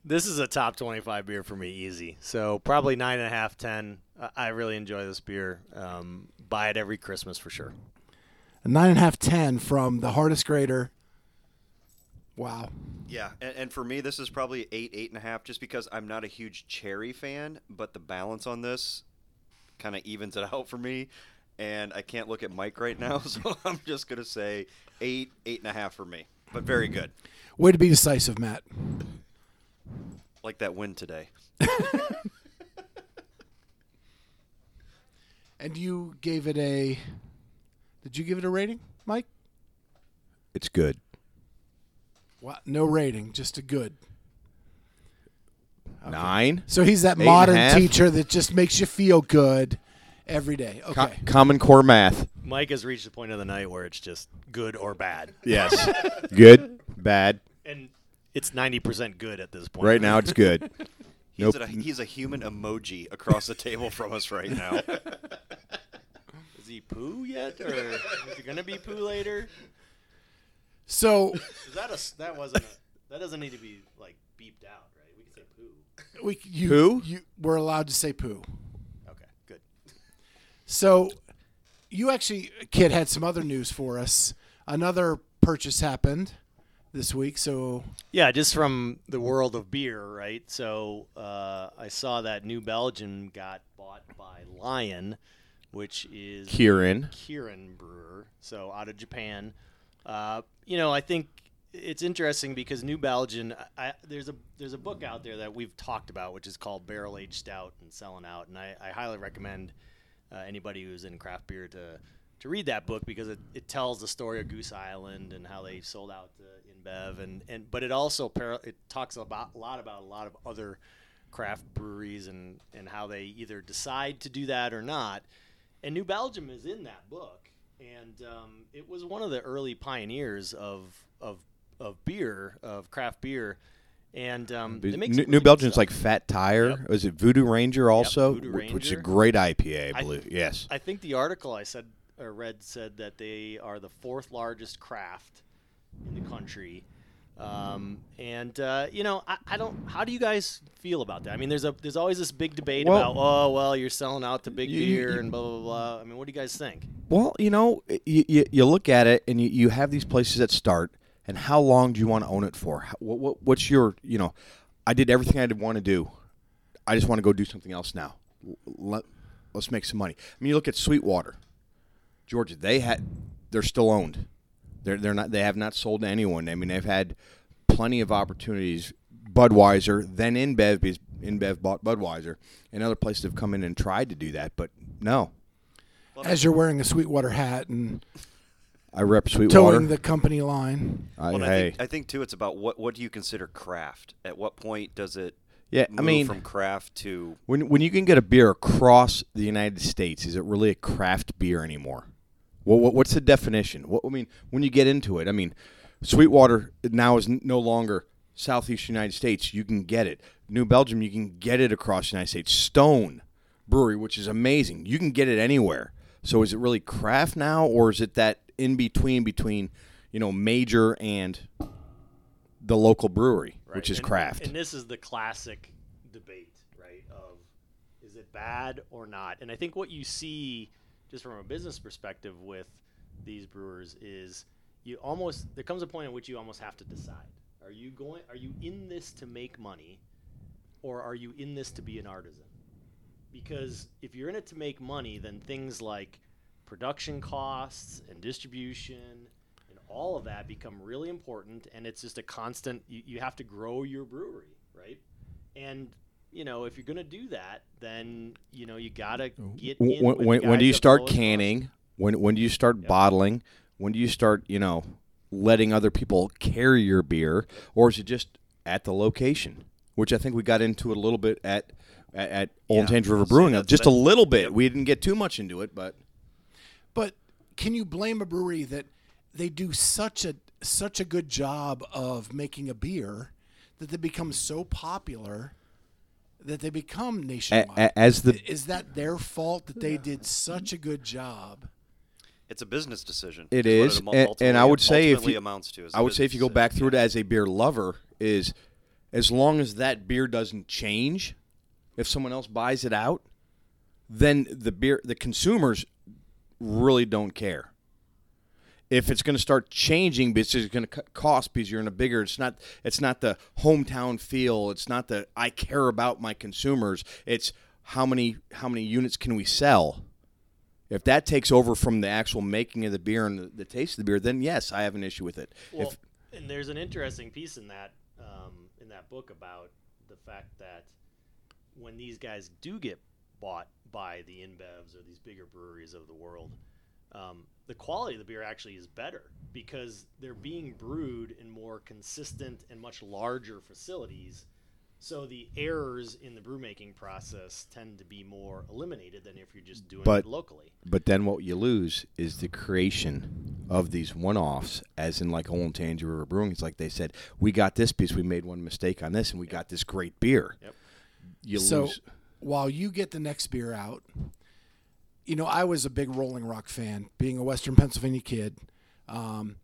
Speaker 1: This is a top 25 beer for me, easy. So probably nine and a half, ten. I- I really enjoy this beer. Um, buy it every Christmas for sure.
Speaker 2: A nine and a half, ten from the hardest grader. Wow.
Speaker 4: Yeah, and, and for me, this is probably eight, eight and a half, just because I'm not a huge cherry fan, but the balance on this kind of evens it out for me. And I can't look at Mike right now, so I'm just going to say eight, eight and a half for me, but very good.
Speaker 2: Way to be decisive, Matt.
Speaker 4: Like that win today.
Speaker 2: And you gave it a. Did you give it a rating, Mike?
Speaker 3: It's good.
Speaker 2: Wow, no rating, just a good.
Speaker 3: Nine.
Speaker 2: So he's that
Speaker 3: Eight and a
Speaker 2: modern
Speaker 3: half?
Speaker 2: teacher that just makes you feel good every day.
Speaker 3: Co-
Speaker 2: Okay.
Speaker 3: Uh, common core math.
Speaker 1: Mike has reached the point of the night where it's just good or bad.
Speaker 3: Yes. good. Bad.
Speaker 1: And it's 90% good at this point.
Speaker 3: Right now, it's good.
Speaker 4: He's,
Speaker 3: Nope.
Speaker 4: at a, he's a human emoji across the table from us right now.
Speaker 1: Is he poo yet? Or is he going to be poo later?
Speaker 2: So
Speaker 1: Is that, a, that, wasn't a, that doesn't need to be like beeped out, right? We can say poo.
Speaker 2: we you,
Speaker 3: Poo?
Speaker 2: you we're allowed to say poo.
Speaker 1: Okay, good.
Speaker 2: So you actually kid had some other news for us. Another purchase happened this week. So
Speaker 1: Yeah, just from the world of beer, right? So uh, I saw that New Belgium got bought by Lion, which is
Speaker 3: Kieran.
Speaker 1: Kirin Brewer, so out of Japan. Uh, you know, I think it's interesting because New Belgian. I, I, there's a there's a book out there that we've talked about, which is called Barrel Aged Stout and Selling Out, and I, I highly recommend uh, anybody who's in craft beer to to read that book because it, it tells the story of Goose Island and how they sold out to InBev, and, and but it also par- it talks about a lot about a lot of other craft breweries and and how they either decide to do that or not. And New Belgium is in that book, and um, it was one of the early pioneers of of of beer, of craft beer, and um, they
Speaker 3: New,
Speaker 1: make some
Speaker 3: New
Speaker 1: really good
Speaker 3: Belgium's
Speaker 1: stuff.
Speaker 3: like Fat Tire. Was it Voodoo Ranger also?
Speaker 1: Voodoo
Speaker 3: Wh- Which is a
Speaker 1: Ranger.
Speaker 3: great IPA,
Speaker 1: I
Speaker 3: I believe.
Speaker 1: th-
Speaker 3: yes.
Speaker 1: I think the article I said or read said that they are the fourth largest craft in the country. Um, and uh, you know, I, I don't. How do you guys feel about that? I mean, there's a there's always this big debate
Speaker 3: Well-
Speaker 1: about oh well, you're selling out to big
Speaker 3: You- you-
Speaker 1: beer
Speaker 3: you-
Speaker 1: and blah blah blah. I mean, what do you guys think?
Speaker 3: Well, you know, you, you, you look at it and you, you have these places that start, and how long do you want to own it for? How, what, what, what's your, you know, I did everything I did want to do. I just want to go do something else now. L- Let, let's make some money. I mean, you look at Sweetwater, Georgia. They had, they're still owned. They're they're not. They have not sold to anyone. I mean, they've had plenty of opportunities. Budweiser, then InBev, because InBev bought Budweiser, and other places have come in and tried to do that, but no.
Speaker 2: as you're wearing a Sweetwater hat and
Speaker 3: I rep Sweetwater.
Speaker 2: towing the company line,
Speaker 3: I,
Speaker 4: Well, and I,
Speaker 3: hey.
Speaker 4: think, I think too, it's about what what do you consider craft? At what point does it?
Speaker 3: Yeah, I
Speaker 4: move
Speaker 3: mean-
Speaker 4: from craft to
Speaker 3: When when you can get a beer across the United States, is it really a craft beer anymore? What, what what's the definition? What I mean when you get into it, I mean, Sweetwater now is n- no longer Southeast United States. You can get it. New Belgium, you can get it across the United States. Stone Brewery, which is amazing, you can get it anywhere. So is it really craft now, or is it that in between between, you know, major and the local brewery, which is
Speaker 1: And-
Speaker 3: craft?
Speaker 1: And this is the classic debate, right? Of is it bad or not? And I think what you see just from a business perspective with these brewers is you almost there comes a point at which you almost have to decide. Are you going are you in this to make money or are you in this to be an artisan? Because if you're in it to make money, then things like production costs and distribution and all of that become really important. And it's just a constant, you, you have to grow your brewery, right? And you know, if you're gonna do that, then you know you gotta get. in
Speaker 3: when,
Speaker 1: with
Speaker 3: when, when
Speaker 1: guys
Speaker 3: do
Speaker 1: that blow
Speaker 3: you start
Speaker 1: us up.
Speaker 3: canning when when do you start bottling when do you start you know letting other people carry your beer or is it just at the location which i think we got into it a little bit at at, at old
Speaker 4: Yeah,
Speaker 3: Tange river
Speaker 4: I'll say
Speaker 3: brewing
Speaker 4: that's
Speaker 3: just
Speaker 4: what
Speaker 3: a
Speaker 4: I-
Speaker 3: little bit we didn't get too much into it but
Speaker 2: But can you blame a brewery that they do such a such a good job of making a beer that they become so popular that they become
Speaker 3: a,
Speaker 2: nationwide?
Speaker 3: a, as the
Speaker 2: Is that their fault that they did such a good job?
Speaker 4: It's a business decision.
Speaker 3: It
Speaker 4: what
Speaker 3: is,
Speaker 4: amo-
Speaker 3: and- and
Speaker 4: ultimately-
Speaker 3: I would say if
Speaker 4: ultimately
Speaker 3: you-
Speaker 4: amounts to. is a
Speaker 3: I would say if you go
Speaker 4: business
Speaker 3: back
Speaker 4: decision.
Speaker 3: through it as a beer lover is as long as that beer doesn't change, if someone else buys it out, then the beer the consumers really don't care. If it's going to start changing, because it's going to c- cost because you're in a bigger. It's not. It's not the hometown feel. It's not the I care about my consumers. It's how many how many units can we sell if that takes over from the actual making of the beer and the, the taste of the beer, then yes, I have an issue with it.
Speaker 1: Well,
Speaker 3: if,
Speaker 1: and there's an interesting piece in that um, in that book about the fact that when these guys do get bought by the InBevs or these bigger breweries of the world, um, the quality of the beer actually is better because they're being brewed in more consistent and much larger facilities. So the errors in the brewmaking process tend to be more eliminated than if you're just doing
Speaker 3: But-
Speaker 1: it locally.
Speaker 3: but then what you lose is the creation of these one-offs, as in like Old Tangy River Brewing. It's like they said, we got this piece, we made one mistake on this, and we got this great beer.
Speaker 1: Yep.
Speaker 3: You
Speaker 2: so
Speaker 3: lose.
Speaker 2: while you get the next beer out, you know, I was a big Rolling Rock fan, being a Western Pennsylvania kid. Um,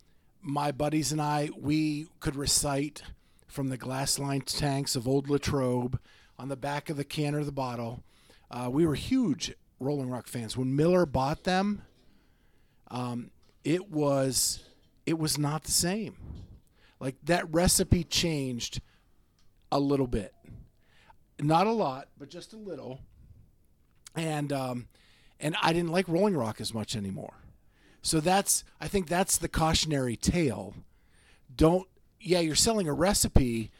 Speaker 2: my buddies and I, we could recite from the glass lined tanks of Old Latrobe on the back of the can or the bottle. Uh, we were huge Rolling Rock fans. When Miller bought them, um, it was it was not the same. Like that recipe changed a little bit not a lot, but just a little. And um, and I didn't like Rolling Rock as much anymore. So that's I think that's the cautionary tale. Don't yeah, you're selling a recipe,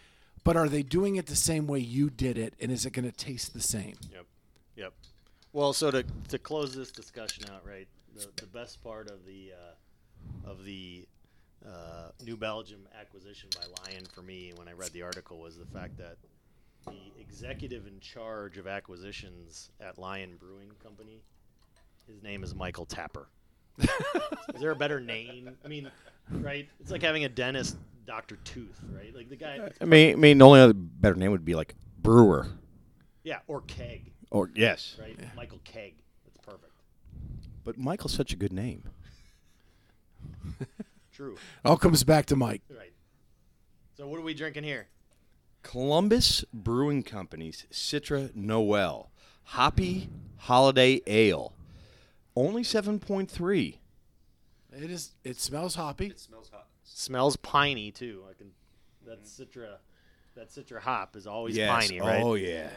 Speaker 2: but are they doing it the same way you did it, and is it going to taste the same?
Speaker 1: Yep. Yep. Well, so to, to close this discussion out, right? The, the best part of the uh, of the uh, New Belgium acquisition by Lion for me when I read the article was the fact that the executive in charge of acquisitions at Lion Brewing Company, his name is Michael Tapper. is there a better name? I mean, right? It's like having a dentist, Doctor Tooth, right? Like the guy,
Speaker 3: I mean, I mean, the only other better name would be like brewer.
Speaker 1: yeah, or Keg,
Speaker 3: Or Oh, yes,
Speaker 1: right? Michael Keg. That's perfect.
Speaker 3: but Michael's such a good name.
Speaker 1: True.
Speaker 2: All comes back to Mike.
Speaker 1: Right. So what are we drinking here?
Speaker 3: Columbus Brewing Company's Citra Noel Hoppy Holiday Ale, only seven point three.
Speaker 2: It is. It smells hoppy.
Speaker 4: It smells hot.
Speaker 1: Smells piney too. I can. That citra, that citra hop is always piney, right?
Speaker 3: Oh yeah.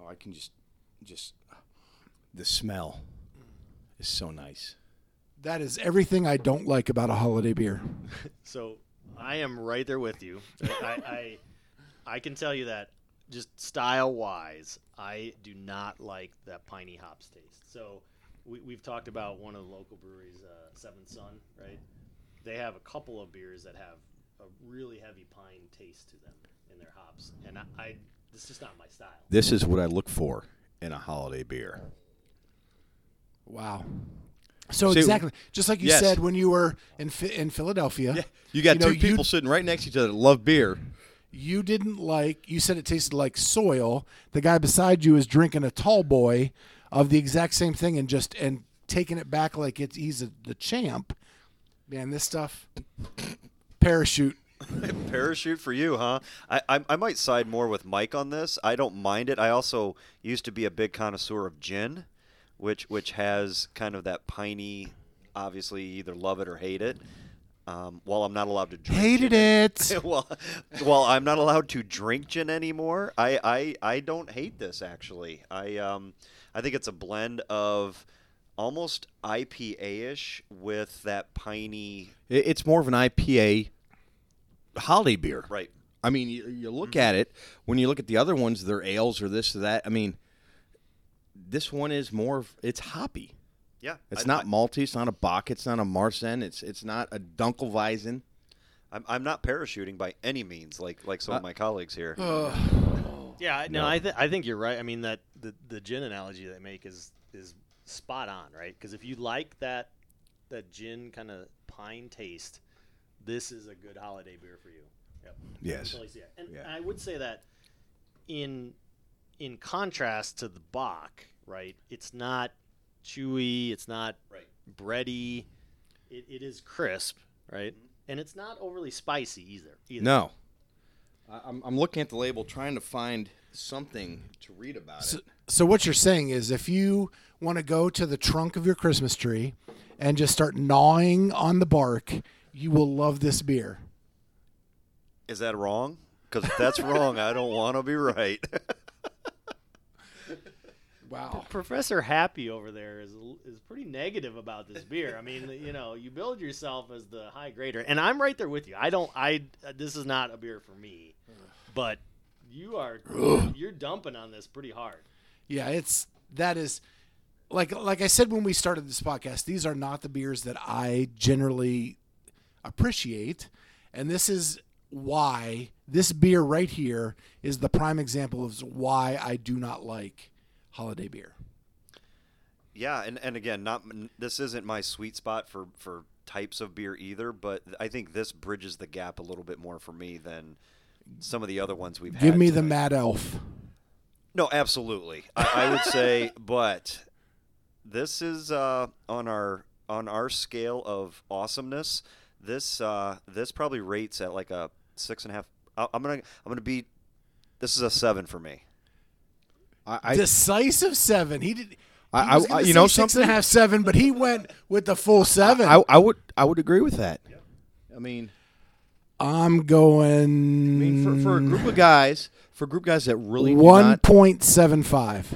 Speaker 3: Oh, I can just, just the smell is so nice.
Speaker 2: That is everything I don't like about a holiday beer.
Speaker 1: So I am right there with you. I, I, I can tell you that just style wise, I do not like that piney hops taste. So we, we've talked about one of the local breweries, uh, Seven Sun, right? They have a couple of beers that have a really heavy pine taste to them in their hops, and I, I it's just not my style.
Speaker 3: This is what I look for in a holiday beer.
Speaker 2: Wow. So
Speaker 3: See,
Speaker 2: exactly, just like you
Speaker 3: yes.
Speaker 2: said when you were in Phi- in Philadelphia,
Speaker 3: You got
Speaker 2: know,
Speaker 3: two people sitting right next to each other that love beer.
Speaker 2: you didn't like you said it tasted like soil the guy beside you is drinking a tall boy of the exact same thing and just and taking it back like it's he's a, the champ man this stuff parachute
Speaker 4: Parachute for you, huh? I, I I might side more with Mike on this. I don't mind it. I also used to be a big connoisseur of gin, which which has kind of that piney. Obviously, you either love it or hate it. Um, while I'm not allowed to drink
Speaker 2: hated
Speaker 4: gin-
Speaker 2: it
Speaker 4: well, well, I'm not allowed to drink gin anymore. I, I, I don't hate this actually. I um, I think it's a blend of almost IPA-ish with that piney.
Speaker 3: It- It's more of an IPA holiday beer.
Speaker 4: Right.
Speaker 3: I mean, you, you look
Speaker 1: Mm-hmm.
Speaker 3: at it when you look at the other ones, they're ales or this or that. I mean, this one is more. of- It's hoppy.
Speaker 4: Yeah,
Speaker 3: It's
Speaker 4: I-
Speaker 3: not malty. It's not a bock. It's not a marsen. It's it's not a dunkelweizen.
Speaker 4: I'm, I'm not parachuting by any means, like like some of my colleagues here.
Speaker 1: Yeah, I- no, I, th- I think you're right. I mean that the, the gin analogy they make is is spot on, right? Because if you like that that gin kind of pine taste, this is a good holiday beer for you. Yep.
Speaker 3: Yes.
Speaker 1: Totally see it. And
Speaker 3: Yeah.
Speaker 1: and I would say that in in contrast to the Bach, right? It's not chewy. It's not bready. It, it is crisp, right? And it's not overly spicy either. either.
Speaker 3: No. I, I'm I'm looking at the label, trying to find something to read about
Speaker 2: So,
Speaker 3: it.
Speaker 2: so what you're saying is if you want to go to the trunk of your Christmas tree and just start gnawing on the bark, you will love this beer.
Speaker 4: Is that wrong? Because if that's wrong, I don't want to be right.
Speaker 2: Wow.
Speaker 1: Professor Happy over there is is pretty negative about this beer. I mean, you know, you build yourself as the high grader, and I'm right there with you. I don't. I this is not a beer for me, but you are you're dumping on this pretty hard.
Speaker 2: Yeah, it's that is like like I said when we started this podcast, these are not the beers that I generally appreciate, and this is why this beer right here is the prime example of why I do not like holiday beer.
Speaker 4: yeah, and, and again, not this isn't my sweet spot for for types of beer either. But I think this bridges the gap a little bit more for me than some of the other ones we've had.
Speaker 2: Give me the
Speaker 4: tonight.
Speaker 2: Mad Elf.
Speaker 4: No, absolutely. I, I would say, but this is uh, on our on our scale of awesomeness. This uh, this probably rates at like a six and a half. I, I'm gonna I'm gonna be. This is a seven for me.
Speaker 3: I, I,
Speaker 2: Decisive seven. He did.
Speaker 3: I-
Speaker 2: he was
Speaker 3: I-
Speaker 2: gonna
Speaker 3: I- you
Speaker 2: say
Speaker 3: know
Speaker 2: six and a
Speaker 3: something?
Speaker 2: half, seven, but he went with the full seven.
Speaker 3: I, I would I would agree with that. I mean,
Speaker 2: am going.
Speaker 3: I mean for, for a group of guys, for a group of guys that really do
Speaker 2: one
Speaker 3: not-
Speaker 2: point seven five.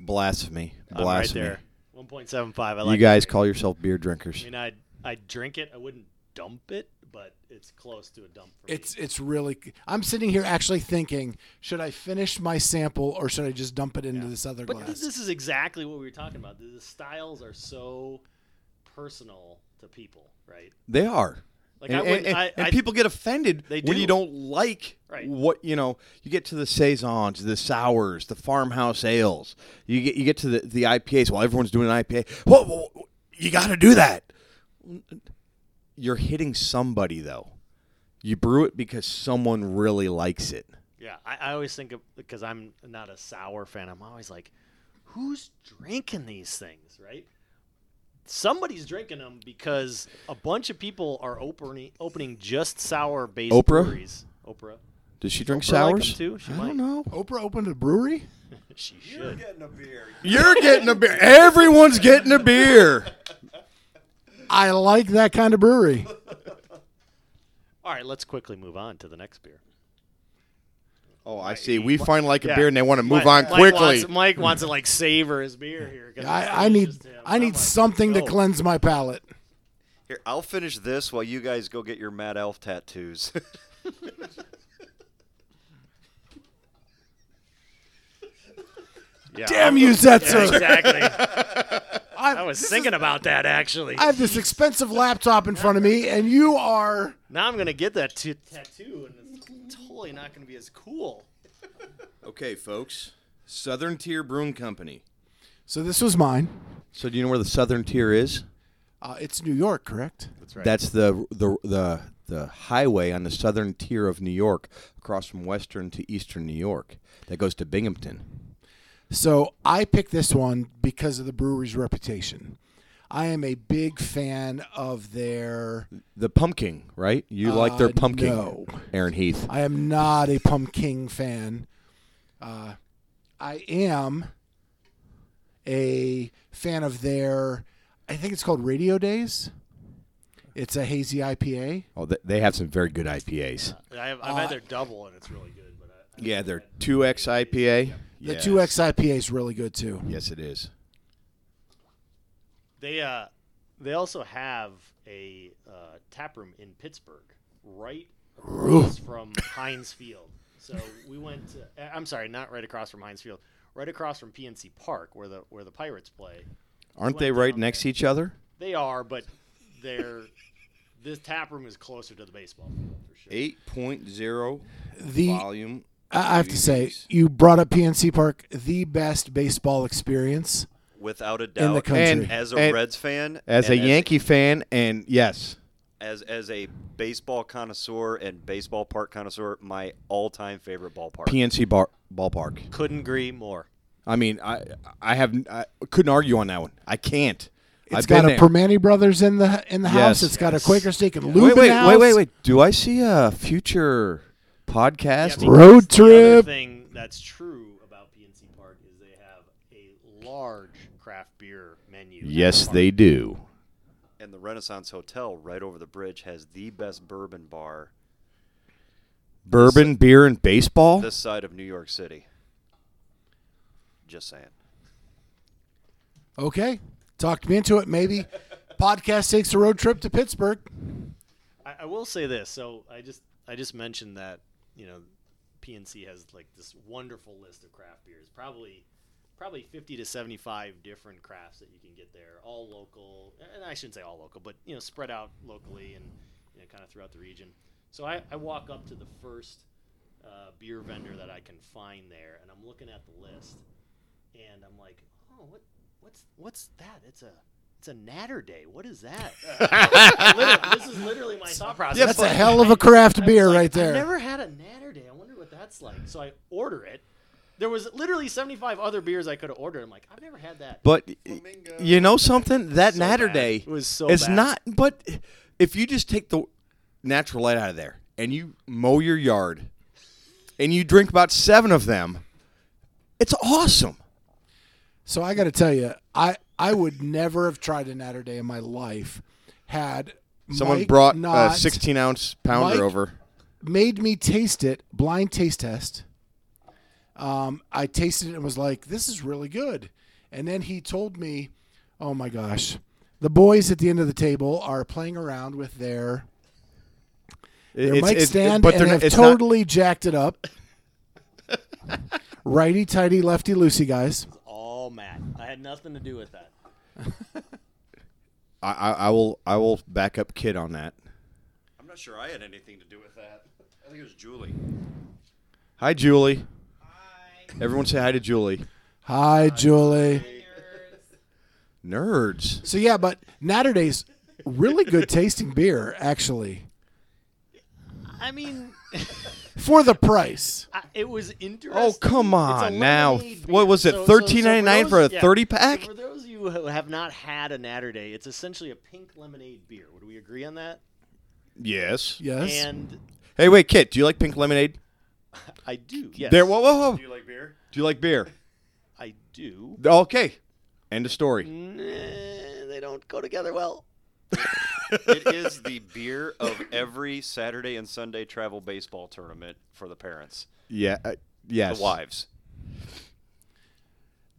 Speaker 3: blasphemy,
Speaker 1: I'm right
Speaker 3: blasphemy.
Speaker 1: there. 1.75. I
Speaker 3: you
Speaker 1: like.
Speaker 3: guys
Speaker 1: it.
Speaker 3: call yourself beer drinkers.
Speaker 1: I mean, I I drink it. I wouldn't dump it, but it's close to a dump for me.
Speaker 2: It's it's really. I'm sitting here actually thinking: should I finish my sample or should I just dump it into this other
Speaker 1: But th-
Speaker 2: glass?
Speaker 1: this is exactly what we were talking about. The the styles are so personal to people, right?
Speaker 3: They are.
Speaker 1: Like, I
Speaker 3: and,
Speaker 1: wouldn't-
Speaker 3: and-
Speaker 1: I-
Speaker 3: and
Speaker 1: I-
Speaker 3: people get offended
Speaker 1: They
Speaker 3: when
Speaker 1: do.
Speaker 3: you don't like
Speaker 1: Right.
Speaker 3: what you know. You get to the saisons, the sours, the farmhouse ales. You get you get to the, the IPAs. While everyone's doing an IPA, whoa, whoa, whoa, you got to do that. You're hitting somebody though. You brew it because someone really likes it.
Speaker 1: Yeah, I, I always think of because I'm not a sour fan. I'm always like, who's drinking these things, right? Somebody's drinking them because a bunch of people are opening opening just sour based
Speaker 3: Oprah?
Speaker 1: breweries. Oprah,
Speaker 3: Does she drink
Speaker 1: Oprah like 'em
Speaker 3: sours?
Speaker 1: too? She
Speaker 3: I
Speaker 1: might.
Speaker 3: don't know.
Speaker 2: Oprah opened a brewery.
Speaker 1: she should.
Speaker 4: Getting a beer.
Speaker 3: You're getting a beer. Everyone's getting a beer.
Speaker 2: I like that kind of brewery.
Speaker 1: All right, let's quickly move on to the next beer.
Speaker 3: Oh, I see. We finally like a beer and they want to move on
Speaker 1: Mike- Mike
Speaker 3: quickly.
Speaker 1: wants, Mike wants to like savor his beer here. 'cause it's
Speaker 2: I, I need
Speaker 1: just him.
Speaker 2: I
Speaker 1: I'm
Speaker 2: need
Speaker 1: like,
Speaker 2: something to
Speaker 1: "Yo."
Speaker 2: cleanse my palate.
Speaker 4: Here, I'll finish this while you guys go get your Mad Elf tattoos.
Speaker 1: Yeah,
Speaker 2: Damn you, Zetzer!
Speaker 1: Exactly.
Speaker 2: I,
Speaker 1: I was thinking about that actually.
Speaker 2: I have this expensive laptop in front of me, and you are.
Speaker 1: Now I'm gonna get that t- tattoo, and it's totally not gonna be as cool.
Speaker 3: Okay, folks. Southern Tier Brewing Company.
Speaker 2: So this was mine.
Speaker 3: So do you know where the Southern Tier is?
Speaker 2: Uh, it's New York, correct?
Speaker 1: That's right.
Speaker 3: That's the the the the highway on the southern tier of New York, across from western to eastern New York, that goes to Binghamton.
Speaker 2: So I picked this one because of the brewery's reputation. I am a big fan of their.
Speaker 3: The pumpkin, right? You like their
Speaker 2: Uh,
Speaker 3: pumpkin,
Speaker 2: no.
Speaker 3: Aaron Heath.
Speaker 2: I am not a pumpkin fan. Uh, I am a fan of their. I think it's called Radio Days. It's a hazy IPA.
Speaker 3: Oh, th- they have some very good IPAs.
Speaker 1: I have, I've had their double, and it's really good. But I,
Speaker 3: Yeah, their two X IPA.
Speaker 2: The two X IPA is really good too.
Speaker 3: Yes, it is.
Speaker 1: they uh, they also have a uh, tap room in Pittsburgh, right was from Heinz Field. So we went. To, uh, I'm sorry, not right across from Heinz Field. Right across from PNC Park, where the where the Pirates play.
Speaker 3: Aren't
Speaker 1: went
Speaker 3: they right
Speaker 1: down
Speaker 3: next to each other?
Speaker 1: They are, but they're this tap room is closer to the baseball field for sure.
Speaker 3: 8.0
Speaker 2: The
Speaker 3: volume.
Speaker 2: I I have to say,
Speaker 3: DVDs.
Speaker 2: you brought up PNC Park, the best baseball experience.
Speaker 4: without a doubt.
Speaker 2: the country.
Speaker 4: And as a
Speaker 3: And-
Speaker 4: Reds fan,
Speaker 3: As a
Speaker 4: and
Speaker 3: Yankee fan, and yes,
Speaker 4: as as a baseball connoisseur and baseball park connoisseur, my all-time favorite ballpark.
Speaker 3: PNC bar- ballpark.
Speaker 1: Couldn't agree more.
Speaker 3: I mean, I I have I couldn't argue on that one. I can't.
Speaker 2: It's
Speaker 3: I've been
Speaker 2: got a
Speaker 3: there.
Speaker 2: Permane Brothers in the in the house.
Speaker 3: Yes.
Speaker 2: It's got a Quaker Steak and Lubin
Speaker 3: Wait, wait,
Speaker 2: house.
Speaker 3: wait, wait, wait. Do I see a future podcast?
Speaker 1: Yeah, because
Speaker 2: Road
Speaker 1: the other
Speaker 2: trip.
Speaker 1: thing that's true about PNC Park is they have a large craft beer menu. at the
Speaker 3: yes,
Speaker 1: park.
Speaker 3: they do.
Speaker 4: And the Renaissance Hotel right over the bridge has the best bourbon bar
Speaker 3: Bourbon, beer, and baseball.
Speaker 4: this side of New York City. Just saying.
Speaker 2: Okay, talked me into it. Maybe podcast takes a road trip to Pittsburgh.
Speaker 1: I, I will say this. So I just I just mentioned that you know PNC has like this wonderful list of craft beers. Probably probably 50 to 75 different crafts that you can get there, all local. And I shouldn't say all local, but you know spread out locally and you know, kind of throughout the region. So I, I walk up to the first uh, beer vendor that I can find there, and I'm looking at the list, and I'm like, oh, what what's what's that? It's a it's a natter day. What is that? Literally, this is literally my thought process.
Speaker 2: That's a hell of a craft beer right
Speaker 1: I've
Speaker 2: there.
Speaker 1: never had a natter day. I wonder what that's like. So I order it. There was literally 75 other beers I could have ordered. I'm like, I've never had that.
Speaker 3: But you know something? That Natter
Speaker 1: bad.
Speaker 3: Day
Speaker 1: It was so
Speaker 3: is
Speaker 1: bad.
Speaker 3: not. But if you just take the natural light out of there and you mow your yard and you drink about seven of them, it's awesome.
Speaker 2: So I got to tell you, I I would never have tried a Natter Day in my life had
Speaker 3: Someone
Speaker 2: Mike
Speaker 3: brought a
Speaker 2: not
Speaker 3: 16 ounce pounder
Speaker 2: Mike-
Speaker 3: over.
Speaker 2: made me taste it blind taste test. Um, I tasted it and was like, "This is really good." And then he told me, "Oh my gosh, the boys at the end of the table are playing around with their their mic stand and have
Speaker 3: it's not-
Speaker 2: totally jacked it up." Righty tighty, lefty loosey, guys.
Speaker 1: All Matt. I had nothing to do with that.
Speaker 3: I, I, I will I will back up Kid on that.
Speaker 4: I'm not sure I had anything to do with that. I think it was Julie.
Speaker 3: Hi, Julie. Hi. Everyone say hi to Julie.
Speaker 2: Hi, Julie.
Speaker 3: Nerds.
Speaker 2: So yeah, but Natterdays, really good tasting beer actually
Speaker 1: I mean,
Speaker 2: for the price.
Speaker 1: I, it was interesting.
Speaker 3: Oh come
Speaker 1: It's
Speaker 3: on
Speaker 1: a
Speaker 3: now!
Speaker 1: lemonade beer.
Speaker 3: What was it?
Speaker 1: So- so- so
Speaker 3: Thirteen ninety nine
Speaker 1: those-
Speaker 3: for a
Speaker 1: yeah.
Speaker 3: thirty pack?
Speaker 1: So for those of you who have not had a Natter Day, it's essentially a pink lemonade beer. Would we agree on that?
Speaker 3: Yes.
Speaker 2: Yes.
Speaker 1: And
Speaker 3: Hey, wait, Kit. Do you like pink lemonade?
Speaker 1: I do. Yes.
Speaker 3: There. Whoa, whoa, whoa.
Speaker 4: Do you like beer?
Speaker 3: Do you like beer?
Speaker 1: I do.
Speaker 3: Okay. End of story.
Speaker 1: Nah, they don't go together well.
Speaker 4: it is the beer of every Saturday and Sunday travel baseball tournament for the parents,
Speaker 3: Yeah. Uh, yes.
Speaker 4: the wives.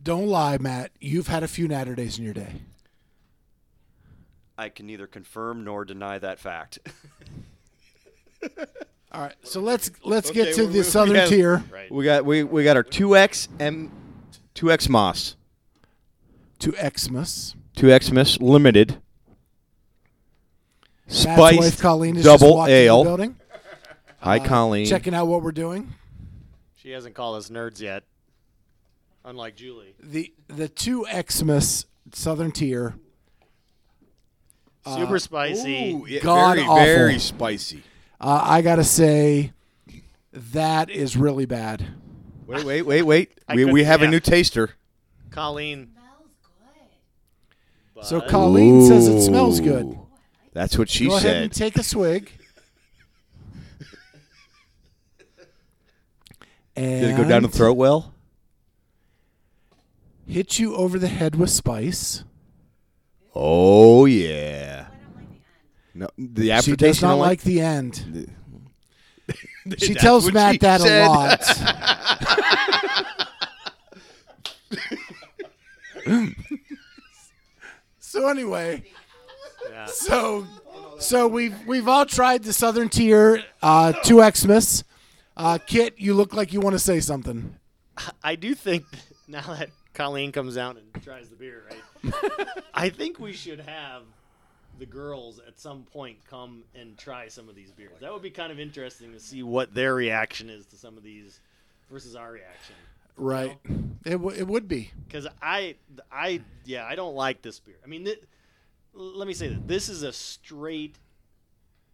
Speaker 2: Don't lie, Matt. You've had a few Natterdays in your day.
Speaker 4: I can neither confirm nor deny that fact.
Speaker 2: All right, so let's let's get
Speaker 3: Okay,
Speaker 2: to
Speaker 3: we-
Speaker 2: the
Speaker 3: we-
Speaker 2: southern
Speaker 3: we have-
Speaker 2: tier.
Speaker 1: Right.
Speaker 3: We got we, we got our two X M, two X Moss,
Speaker 2: to Xmas.
Speaker 3: two X Miss Limited.
Speaker 2: Matt's wife
Speaker 3: Spiced
Speaker 2: Colleen is just
Speaker 3: double
Speaker 2: walking in the
Speaker 3: ale. Mm.
Speaker 2: building, Uh,
Speaker 3: Hi, Colleen.
Speaker 2: checking out what we're doing.
Speaker 1: She hasn't called us nerds yet. Unlike Julie.
Speaker 2: The the two Xmas southern tier.
Speaker 1: Super spicy.
Speaker 3: Uh, Ooh, yeah,
Speaker 2: God
Speaker 3: very,
Speaker 2: awful.
Speaker 3: very spicy.
Speaker 2: Uh, I gotta say, that is really bad.
Speaker 3: Wait, wait, wait, wait.
Speaker 1: I
Speaker 3: we
Speaker 1: couldn't-
Speaker 3: we have a
Speaker 1: yeah.
Speaker 3: new taster.
Speaker 1: Colleen.
Speaker 7: Smells good.
Speaker 2: So
Speaker 1: bud.
Speaker 2: Colleen says it smells good.
Speaker 3: Ooh. That's what she
Speaker 2: Go ahead
Speaker 3: said.
Speaker 2: and take a swig. And
Speaker 3: Did it go down the throat well?
Speaker 2: Hit you over the head with spice.
Speaker 3: Oh yeah.
Speaker 7: I don't like the end.
Speaker 3: No, the
Speaker 2: She
Speaker 3: aftertaste.
Speaker 2: does
Speaker 3: you
Speaker 2: not
Speaker 3: don't
Speaker 2: like the end. She
Speaker 3: That's
Speaker 2: tells
Speaker 3: what
Speaker 2: Matt
Speaker 3: she
Speaker 2: that
Speaker 3: said.
Speaker 2: a lot. so anyway,
Speaker 1: Yeah.
Speaker 2: so So we've we've all tried the Southern Tier uh, two Xmas. Uh, Kit, you look like you want to say something.
Speaker 1: I do think that now that Colleen comes out and tries the beer, right? I think we should have the girls at some point come and try some of these beers. That would be kind of interesting to see what their reaction is to some of these versus our reaction.
Speaker 2: Right. It, w- it would be.
Speaker 1: Because I, I, yeah, I don't like this beer. I mean, thi- let me say that this is a straight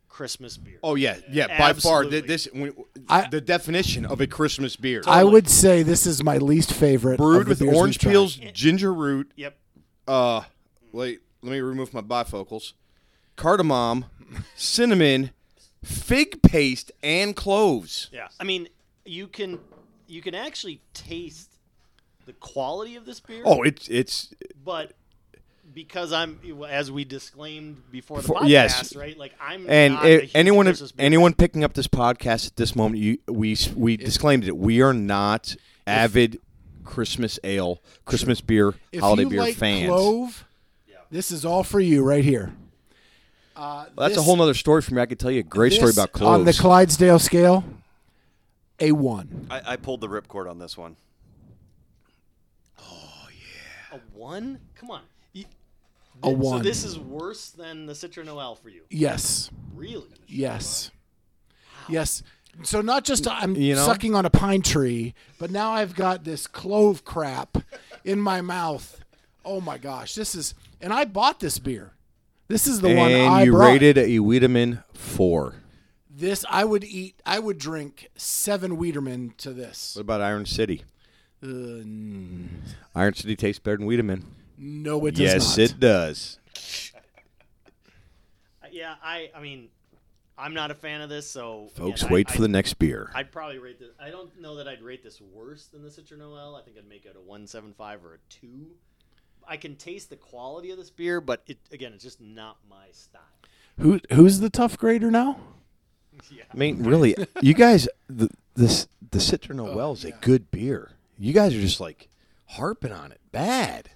Speaker 1: Christmas beer.
Speaker 3: Oh yeah, yeah. By far,
Speaker 1: Absolutely.
Speaker 3: thi- this we-
Speaker 2: I-
Speaker 3: the definition of a Christmas beer.
Speaker 2: I would say this is my least favorite. of
Speaker 3: brewed
Speaker 2: the
Speaker 3: with
Speaker 2: beers we've
Speaker 3: orange
Speaker 2: tried.
Speaker 3: peels, ginger root.
Speaker 1: Yep.
Speaker 3: Uh, wait, let me remove my bifocals. Cardamom, cinnamon, fig paste, and cloves.
Speaker 1: Yeah. I mean, you can, you can actually taste the quality of this beer.
Speaker 3: Oh, it's it's
Speaker 1: but because I'm as we disclaimed before the
Speaker 3: For-
Speaker 1: podcast,
Speaker 3: yes.
Speaker 1: right? Like I'm
Speaker 3: and
Speaker 1: not a
Speaker 3: it,
Speaker 1: huge
Speaker 3: anyone
Speaker 1: Christmas beer
Speaker 3: anyone picking up this podcast at this moment, you we we disclaimed it. We are not avid Christmas ale, Christmas beer,
Speaker 2: If
Speaker 3: holiday
Speaker 2: you
Speaker 3: beer
Speaker 2: like
Speaker 3: fans.
Speaker 2: clove, this is all for you right here. Uh,
Speaker 3: Well, that's
Speaker 2: this-
Speaker 3: a whole nother story for me. I could tell you a great story
Speaker 2: this
Speaker 3: about cloves.
Speaker 2: on the Clydesdale scale. A one.
Speaker 4: I, I pulled the ripcord on this one.
Speaker 1: fan. a one. Come on, You-
Speaker 2: A
Speaker 1: so
Speaker 2: one.
Speaker 1: this is worse than the Citra Noel for you,
Speaker 2: yes.
Speaker 1: really?
Speaker 2: Yes. Yes. So not just I'm
Speaker 3: You know?
Speaker 2: sucking on a pine tree, but now I've got this clove crap in my mouth. Oh my gosh, this is and I bought this beer. This is the one
Speaker 3: and
Speaker 2: I
Speaker 3: you
Speaker 2: brought.
Speaker 3: rated a Wiedemann four.
Speaker 2: this I would eat I would drink 7 Wiederman to this.
Speaker 3: What about Iron City?
Speaker 2: Uh, n-
Speaker 3: Iron City tastes better than Wiedemann.
Speaker 2: no it does
Speaker 3: Yes,
Speaker 2: not.
Speaker 3: it does.
Speaker 1: Yeah, I I mean, I'm not a fan of this, so
Speaker 3: Folks,
Speaker 1: again, I-
Speaker 3: wait
Speaker 1: I,
Speaker 3: for the next beer.
Speaker 1: I'd probably rate this. I don't know that I'd rate this worse than the Citra Noel. I think I'd make it a one seven five or a two. I can taste the quality of this beer, but it again, it's just not my style.
Speaker 2: Who who's the tough grader now?
Speaker 1: Yeah.
Speaker 3: I mean, really, you guys, the this the Citra Noel is a good beer. You guys are just like harping on it bad.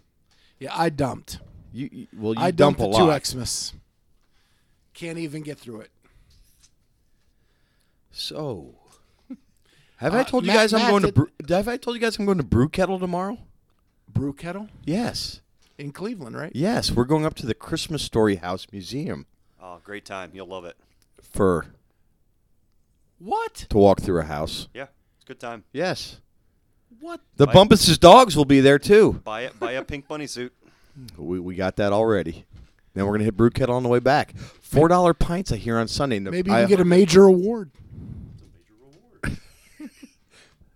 Speaker 2: Yeah, I dumped.
Speaker 3: You, you well, you
Speaker 2: I
Speaker 3: dump
Speaker 2: dumped
Speaker 3: a
Speaker 2: the
Speaker 3: lot.
Speaker 2: two Xmas. Can't even get through it.
Speaker 3: So, have I
Speaker 2: Uh,
Speaker 3: told you
Speaker 2: Matt-
Speaker 3: guys I'm
Speaker 2: Matt,
Speaker 3: going
Speaker 2: did-
Speaker 3: to? Brew, have I told you guys I'm going to Brew Kettle tomorrow?
Speaker 2: Brew kettle
Speaker 3: Yes,
Speaker 2: in Cleveland, right?
Speaker 3: yes, we're going up to the Christmas Story House Museum
Speaker 4: Oh, great time. You'll love it.
Speaker 3: for
Speaker 2: What?
Speaker 3: to walk through a house.
Speaker 4: Yeah, it's a good time.
Speaker 3: Yes,
Speaker 2: What?
Speaker 3: the
Speaker 4: Bye.
Speaker 3: Bumpus' dogs will be there too.
Speaker 4: Buy it. Buy a pink bunny suit.
Speaker 3: We, we got that already. Then we're gonna hit brew kettle on the way back. Four dollar pints I hear on Sunday. The-
Speaker 2: Maybe you
Speaker 3: I-
Speaker 2: can get a major award.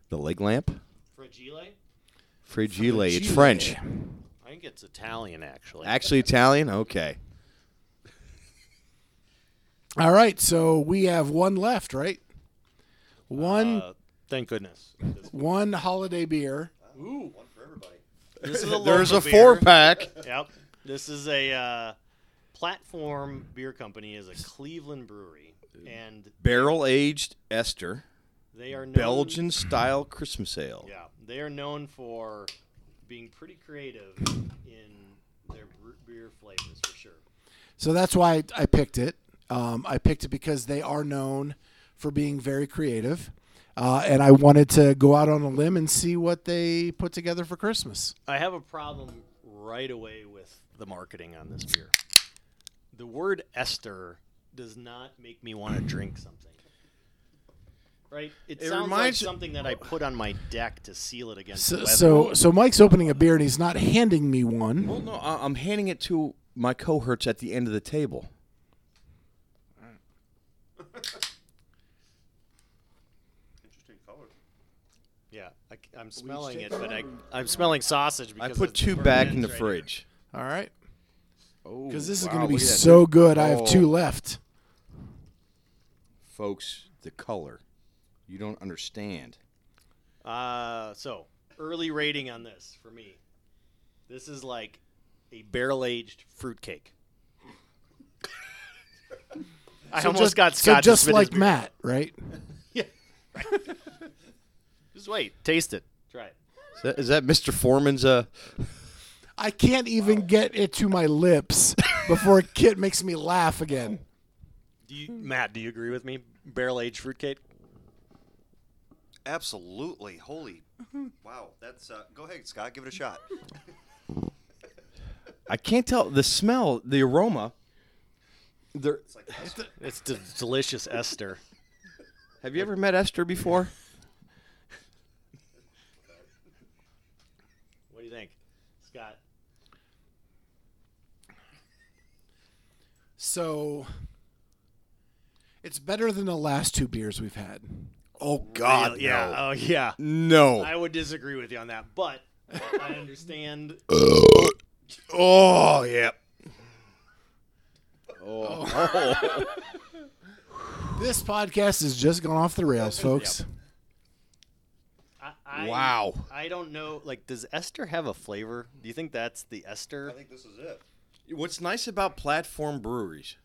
Speaker 3: the leg lamp.
Speaker 1: Fragile?
Speaker 3: Frigile. It's
Speaker 2: Frigile.
Speaker 3: French.
Speaker 1: I think it's Italian, actually.
Speaker 3: Actually Italian. Okay.
Speaker 2: All right, so we have one left, right? One
Speaker 1: Uh, thank goodness.
Speaker 2: one holiday beer.
Speaker 1: Ooh, one for everybody. This is a
Speaker 3: There's
Speaker 1: local
Speaker 3: a four
Speaker 1: beer.
Speaker 3: pack.
Speaker 1: Yep. This is a uh, platform beer company is a Cleveland brewery, and
Speaker 3: Barrel aged Esther.
Speaker 1: they are known,
Speaker 3: Belgian style Christmas ale.
Speaker 1: Yeah, they are known for being pretty creative in their bre- beer flavors for sure.
Speaker 2: So that's why I picked it. Um, I picked it because they are known for being very creative, uh, and I wanted to go out on a limb and see what they put together for Christmas.
Speaker 1: I have a problem right away with the marketing on this beer. The word ester does not make me want to drink something. Right? It,
Speaker 3: It
Speaker 1: sounds
Speaker 3: reminds-
Speaker 1: like something that I put on my deck to seal it against
Speaker 2: So,
Speaker 1: weather.
Speaker 2: so, so Mike's opening a beer and he's not handing me one.
Speaker 3: Well, no, I, I'm handing it to my cohorts at the end of the table.
Speaker 1: yeah, I, am smelling it, but I, I'm smelling sausage.
Speaker 3: I
Speaker 1: Because
Speaker 3: put
Speaker 1: of
Speaker 3: two
Speaker 1: burnt
Speaker 3: back
Speaker 1: ends
Speaker 3: in the
Speaker 1: right
Speaker 3: fridge.
Speaker 2: All right,
Speaker 3: Oh,
Speaker 2: because this is
Speaker 3: wow,
Speaker 2: going to be
Speaker 3: look at that.
Speaker 2: so good. I have two
Speaker 3: Oh.
Speaker 2: left.
Speaker 3: folks, the color. You don't understand.
Speaker 1: here. Uh, so early rating on this for me. This is like a barrel-aged fruitcake. I
Speaker 2: So
Speaker 1: almost
Speaker 2: just-
Speaker 1: got
Speaker 2: so
Speaker 1: Scott. to
Speaker 2: just
Speaker 1: spit his
Speaker 2: like
Speaker 1: beer.
Speaker 2: Matt, right?
Speaker 1: Just wait. Taste it. Try it.
Speaker 3: Is that, is that Mr. Foreman's? Uh,
Speaker 2: I can't even get it to my lips before Kit makes me laugh again.
Speaker 1: Do you, Matt, do you agree with me? Barrel aged fruitcake.
Speaker 4: Absolutely. Holy. Wow. That's. Uh, go ahead, Scott. Give it a shot.
Speaker 3: I can't tell the smell, the aroma. There,
Speaker 4: It's like this.
Speaker 1: It's d- delicious Esther.
Speaker 3: have you ever met Esther before?
Speaker 1: What do you think, Scott?
Speaker 2: So it's better than the last two beers we've had.
Speaker 3: Oh God,
Speaker 1: Really? yeah. Oh yeah.
Speaker 3: no.
Speaker 1: I would disagree with you on that, but I understand.
Speaker 3: oh yeah. Oh.
Speaker 2: This podcast has just gone off the rails, folks.
Speaker 1: I, I,
Speaker 3: wow.
Speaker 1: I don't know. Like, does Esther have a flavor? Do you think that's the Esther?
Speaker 4: I think this is it.
Speaker 3: What's nice about platform breweries?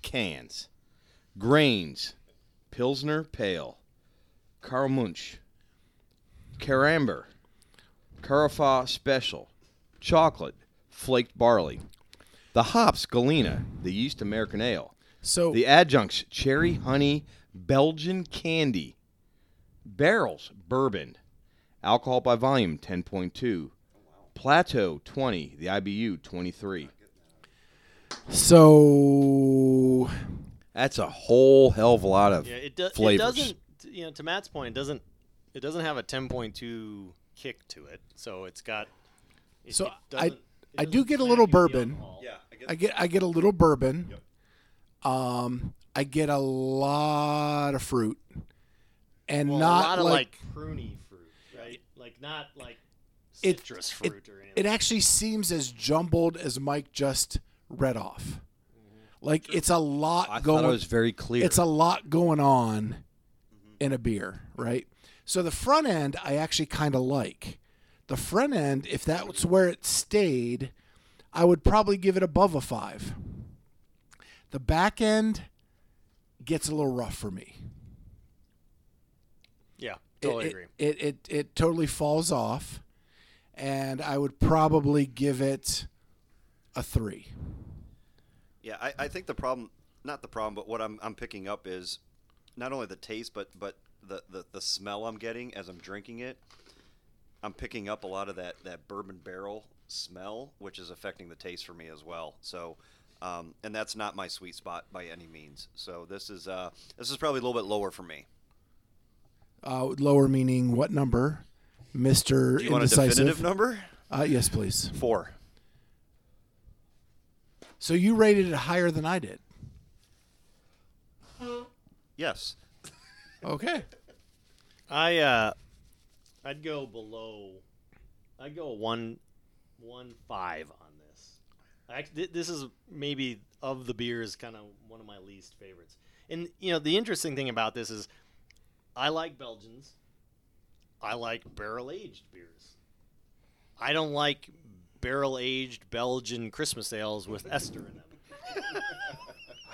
Speaker 3: Cans, grains, Pilsner Pale, Karl Munch, Caramber, Carafa Special, chocolate, flaked barley, the hops Galena, the yeast American Ale,
Speaker 2: So
Speaker 3: the adjuncts cherry honey, Belgian candy, barrels bourbon, alcohol by volume 10.2, plateau 20, the IBU 23.
Speaker 2: so
Speaker 3: That's a whole hell of a lot of
Speaker 1: Yeah, it, do- it
Speaker 3: flavors.
Speaker 1: doesn't. You know, to Matt's point, it doesn't it doesn't have a 10.2 kick to it, so it's got. It,
Speaker 2: So
Speaker 1: it
Speaker 2: I-
Speaker 1: doesn't- it
Speaker 2: I do
Speaker 1: doesn't
Speaker 2: get a
Speaker 1: smack
Speaker 2: little
Speaker 1: you with the
Speaker 2: bourbon.
Speaker 1: alcohol.
Speaker 4: Yeah. I get.
Speaker 2: I get I get a little bourbon. Um I get a lot of fruit. And
Speaker 1: Well,
Speaker 2: not
Speaker 1: a lot of
Speaker 2: like
Speaker 1: like pruny fruit, right? Like not like
Speaker 2: It-
Speaker 1: citrus
Speaker 2: it-
Speaker 1: fruit or anything.
Speaker 2: it actually seems as jumbled as Mike just read off. Like it's a lot
Speaker 3: I
Speaker 2: going
Speaker 3: thought it was very clear.
Speaker 2: It's a lot going on in a beer, right? So the front end I actually kind of like. The front end, if that's where it stayed, I would probably give it above a 5. The back end gets a little rough for me.
Speaker 1: yeah,
Speaker 2: It-
Speaker 1: totally
Speaker 2: it,
Speaker 1: agree.
Speaker 2: It, it it totally falls off, and I would probably give it a three.
Speaker 4: Yeah, I, I think the problem, not the problem, but what I'm, I'm picking up is not only the taste, but but the, the, the smell I'm getting as I'm drinking it. I'm picking up a lot of that, that bourbon barrel smell, which is affecting the taste for me as well. So, um, and that's not my sweet spot by any means. So this is uh, this is probably a little bit lower for me.
Speaker 2: Uh, lower meaning what number, Mister
Speaker 4: Do you want a definitive
Speaker 2: Indecisive?
Speaker 4: number?
Speaker 2: Uh, yes, please.
Speaker 4: Four.
Speaker 2: So you rated it higher than I did.
Speaker 4: Yes.
Speaker 2: Okay.
Speaker 1: I uh, I'd go below. I'd go a one, one five on this. I, th- this is maybe of the beers, kind of one of my least favorites. And you know, the interesting thing about this is, I like Belgians. I like barrel aged beers. I don't like barrel aged Belgian Christmas ales with Esther in them.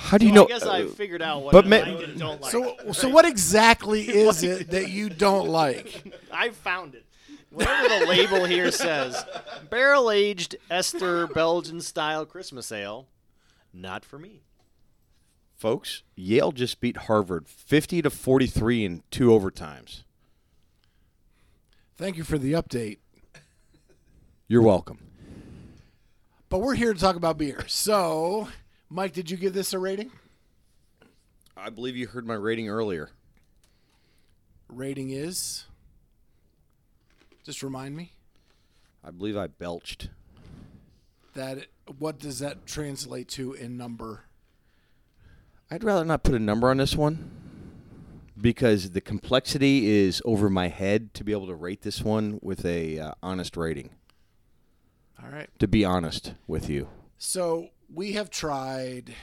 Speaker 3: How do you
Speaker 1: So
Speaker 3: know?
Speaker 1: I guess I figured out what
Speaker 3: but
Speaker 1: I
Speaker 3: ma-
Speaker 1: like and don't like.
Speaker 2: So so what exactly is it that you don't like?
Speaker 1: I found it. Whatever the label here says, barrel aged Esther Belgian style Christmas ale, not for me.
Speaker 3: folks, Yale just beat Harvard 50 to 43 in two overtimes.
Speaker 2: Thank you for the update.
Speaker 3: You're welcome.
Speaker 2: But we're here to talk about beer. So, Mike, did you give this a rating?
Speaker 3: I believe you heard my rating earlier.
Speaker 2: Rating is. Just remind me.
Speaker 3: I believe I belched.
Speaker 2: that what does that translate to in number
Speaker 3: I'd rather not put a number on this one because the complexity is over my head to be able to rate this one with a uh, honest rating.
Speaker 2: all right
Speaker 3: To be honest with you,
Speaker 2: so we have tried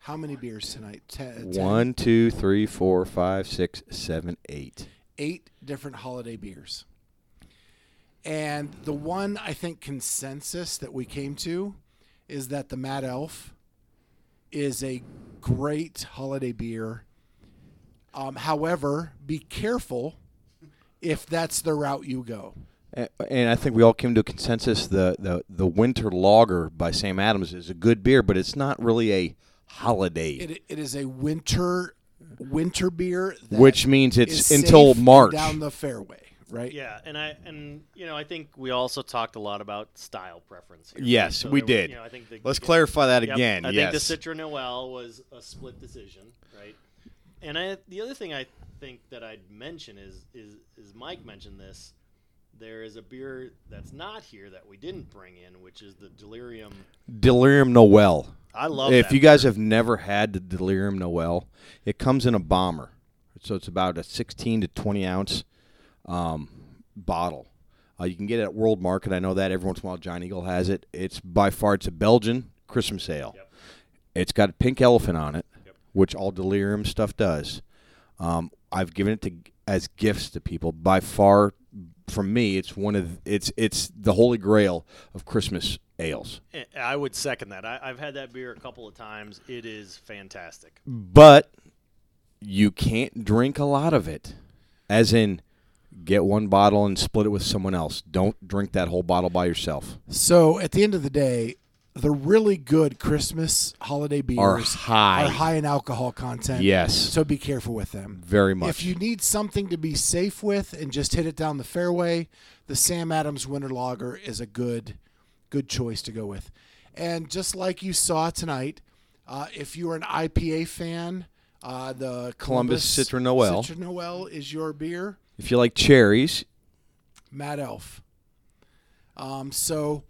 Speaker 2: how many beers tonight ten, ten-
Speaker 3: one, two, three, four, five, six, seven, eight.
Speaker 2: eight different holiday beers and the one i think consensus that we came to is that the mad elf is a great holiday beer um, however be careful if that's the route you go
Speaker 3: A- And I think we all came to a consensus the, the, the Winter Lager by Sam Adams is a good beer, but it's not really a holiday,
Speaker 2: It, it is a winter winter beer, that
Speaker 3: which means
Speaker 2: is
Speaker 3: it's
Speaker 2: safe
Speaker 3: until
Speaker 2: and
Speaker 3: March.
Speaker 2: down the fairway, right?
Speaker 8: Yeah, and I and you know I think we also talked a lot about style preference. Here,
Speaker 3: Yes,
Speaker 8: So
Speaker 3: we
Speaker 8: there were-
Speaker 3: did.
Speaker 8: you know, I think the,
Speaker 3: Let's clarify that
Speaker 8: Yep,
Speaker 3: again.
Speaker 8: I
Speaker 3: yes.
Speaker 8: think the Citra Noel was a split decision, right? And I the other thing I think that I'd mention is is is Mike mentioned this. There is a beer that's not here that we didn't bring in, which is the Delirium.
Speaker 3: Delirium Noel.
Speaker 8: I love
Speaker 3: If
Speaker 8: that
Speaker 3: you guys have never had the Delirium Noel, it comes in a bomber, so it's about a 16 to 20 ounce um, bottle. Uh, you can get it at World Market. I know that every once in a while John Eagle has it. It's by far it's a Belgian Christmas ale. It's got a pink elephant on it, which all Delirium stuff does. Um, I've given it to as gifts to people. By far, for me, it's one of it's it's the holy grail of Christmas ales.
Speaker 8: Eh, I would second that. I, I've had that beer a couple of times. It is fantastic.
Speaker 3: but you can't drink a lot of it. As in, get one bottle and split it with someone else. Don't drink that whole bottle by yourself.
Speaker 2: So at the end of the day, the really good Christmas holiday beers
Speaker 3: Are high.
Speaker 2: are high in alcohol content.
Speaker 3: Yes.
Speaker 2: So be careful with them.
Speaker 3: Very much.
Speaker 2: If you need something to be safe with and just hit it down the fairway, the Sam Adams Winter Lager is a good, good choice to go with. And just like you saw tonight, uh, if you are an IPA fan, uh, the
Speaker 3: Columbus
Speaker 2: Columbus,
Speaker 3: Citra Noel.
Speaker 2: Citra Noel is your beer.
Speaker 3: if you like cherries,
Speaker 2: Matt Elf. Um, so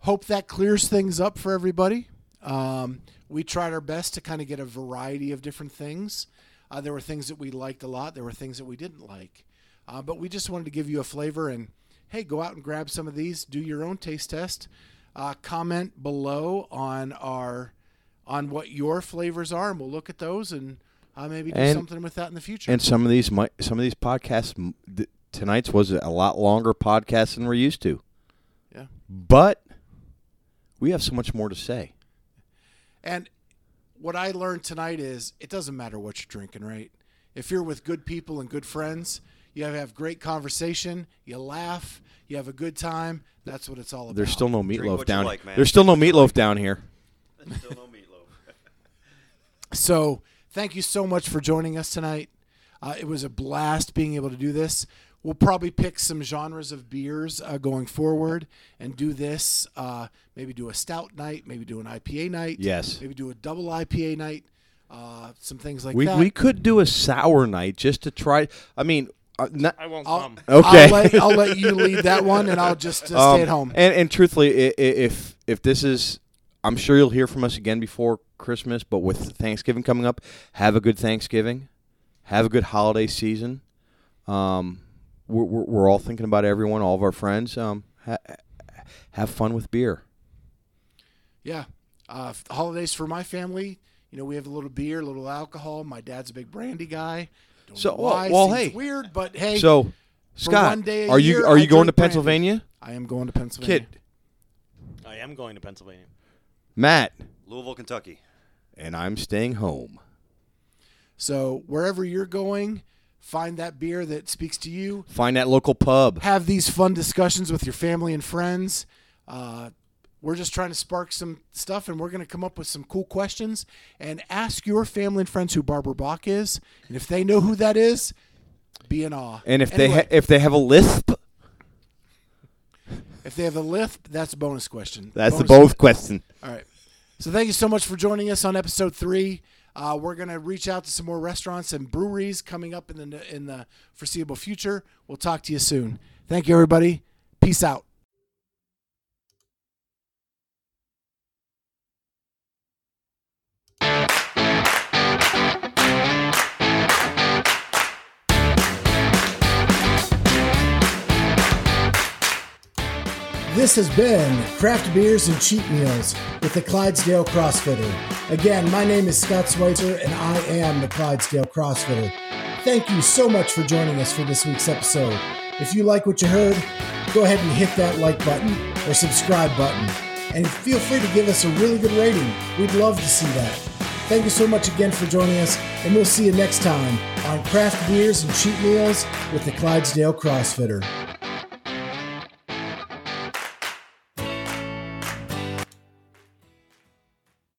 Speaker 2: hope that clears things up for everybody. Um, we tried our best to kind of get a variety of different things. Uh, there were things that we liked a lot. There were things that we didn't like. Uh, but we just wanted to give you a flavor and hey, go out and grab some of these. Do your own taste test. Uh, comment below on our on what your flavors are, and we'll look at those and uh, maybe do
Speaker 3: And-
Speaker 2: something with that in the future.
Speaker 3: and some of these might, some of these podcasts, m- th- tonight's was a lot longer podcast than we're used to.
Speaker 2: Yeah.
Speaker 3: But we have so much more to say.
Speaker 2: And what I learned tonight is it doesn't matter what you're drinking, right? If you're with good people and good friends, you have, have great conversation, you laugh, you have a good time. That's what it's all about.
Speaker 3: There's still no
Speaker 4: what you
Speaker 3: meatloaf down.
Speaker 4: like, man.
Speaker 3: There's still no meatloaf down here.
Speaker 4: Still no meatloaf.
Speaker 2: So thank you so much for joining us tonight. Uh, it was a blast being able to do this. We'll probably pick some genres of beers uh, going forward and do this. Uh, maybe do a stout night, maybe do an IPA night.
Speaker 3: Yes.
Speaker 2: Maybe do a double IPA night. Uh, some things like
Speaker 3: We
Speaker 2: that.
Speaker 3: we could do a sour night just to try. I mean, uh, not,
Speaker 8: I won't
Speaker 2: I'll-
Speaker 8: come.
Speaker 3: Okay.
Speaker 2: I'll let, I'll let you lead that one, and I'll just uh, stay
Speaker 3: Um,
Speaker 2: at home.
Speaker 3: And, and truthfully, i- i- if if this is, I'm sure you'll hear from us again before Christmas. But with Thanksgiving coming up, have a good Thanksgiving, have a good holiday season. Um, we're we're, we're all thinking about everyone, all of our friends. Um, ha- have fun with beer.
Speaker 2: Yeah. Uh, f- holidays for my family, you know, we have a little beer, a little alcohol. My dad's a big brandy guy. Don't
Speaker 3: So,
Speaker 2: know
Speaker 3: well-
Speaker 2: why.
Speaker 3: well,
Speaker 2: Seems
Speaker 3: hey.
Speaker 2: weird, but hey,
Speaker 3: So,
Speaker 2: one
Speaker 3: Scott,
Speaker 2: day a
Speaker 3: are you
Speaker 2: year,
Speaker 3: are
Speaker 2: I
Speaker 3: you going to
Speaker 2: drink brandy.
Speaker 3: Pennsylvania?
Speaker 2: I am going to Pennsylvania.
Speaker 3: Kid,
Speaker 8: I am going to Pennsylvania.
Speaker 3: Matt,
Speaker 4: Louisville, Kentucky.
Speaker 3: and I'm staying home.
Speaker 2: So wherever you're going, find that beer that speaks to you.
Speaker 3: Find that local pub.
Speaker 2: Have these fun discussions with your family and friends. Uh, we're just trying to spark some stuff, and we're going to come up with some cool questions and ask your family and friends who Barbara Bach is, and if they know who that is, be in awe.
Speaker 3: And if they
Speaker 2: Anyway,
Speaker 3: ha- if they have a lisp,
Speaker 2: If they have a lift, that's a bonus question.
Speaker 3: that's the
Speaker 2: Bonus-
Speaker 3: both question.
Speaker 2: All right. So thank you so much for joining us on episode three. Uh, we're gonna reach out to some more restaurants and breweries coming up in the in the foreseeable future. We'll talk to you soon. Thank you, everybody. Peace out.
Speaker 5: This has been Craft Beers and Cheat Meals with the Clydesdale Crossfitter. Again, my name is Scott Schweitzer and I am the Clydesdale Crossfitter. Thank you so much for joining us for this week's episode. If you like what you heard, go ahead and hit that like button or subscribe button. And feel free to give us a really good rating. We'd love to see that. Thank you so much again for joining us, and we'll see you next time on Craft Beers and Cheat Meals with the Clydesdale Crossfitter.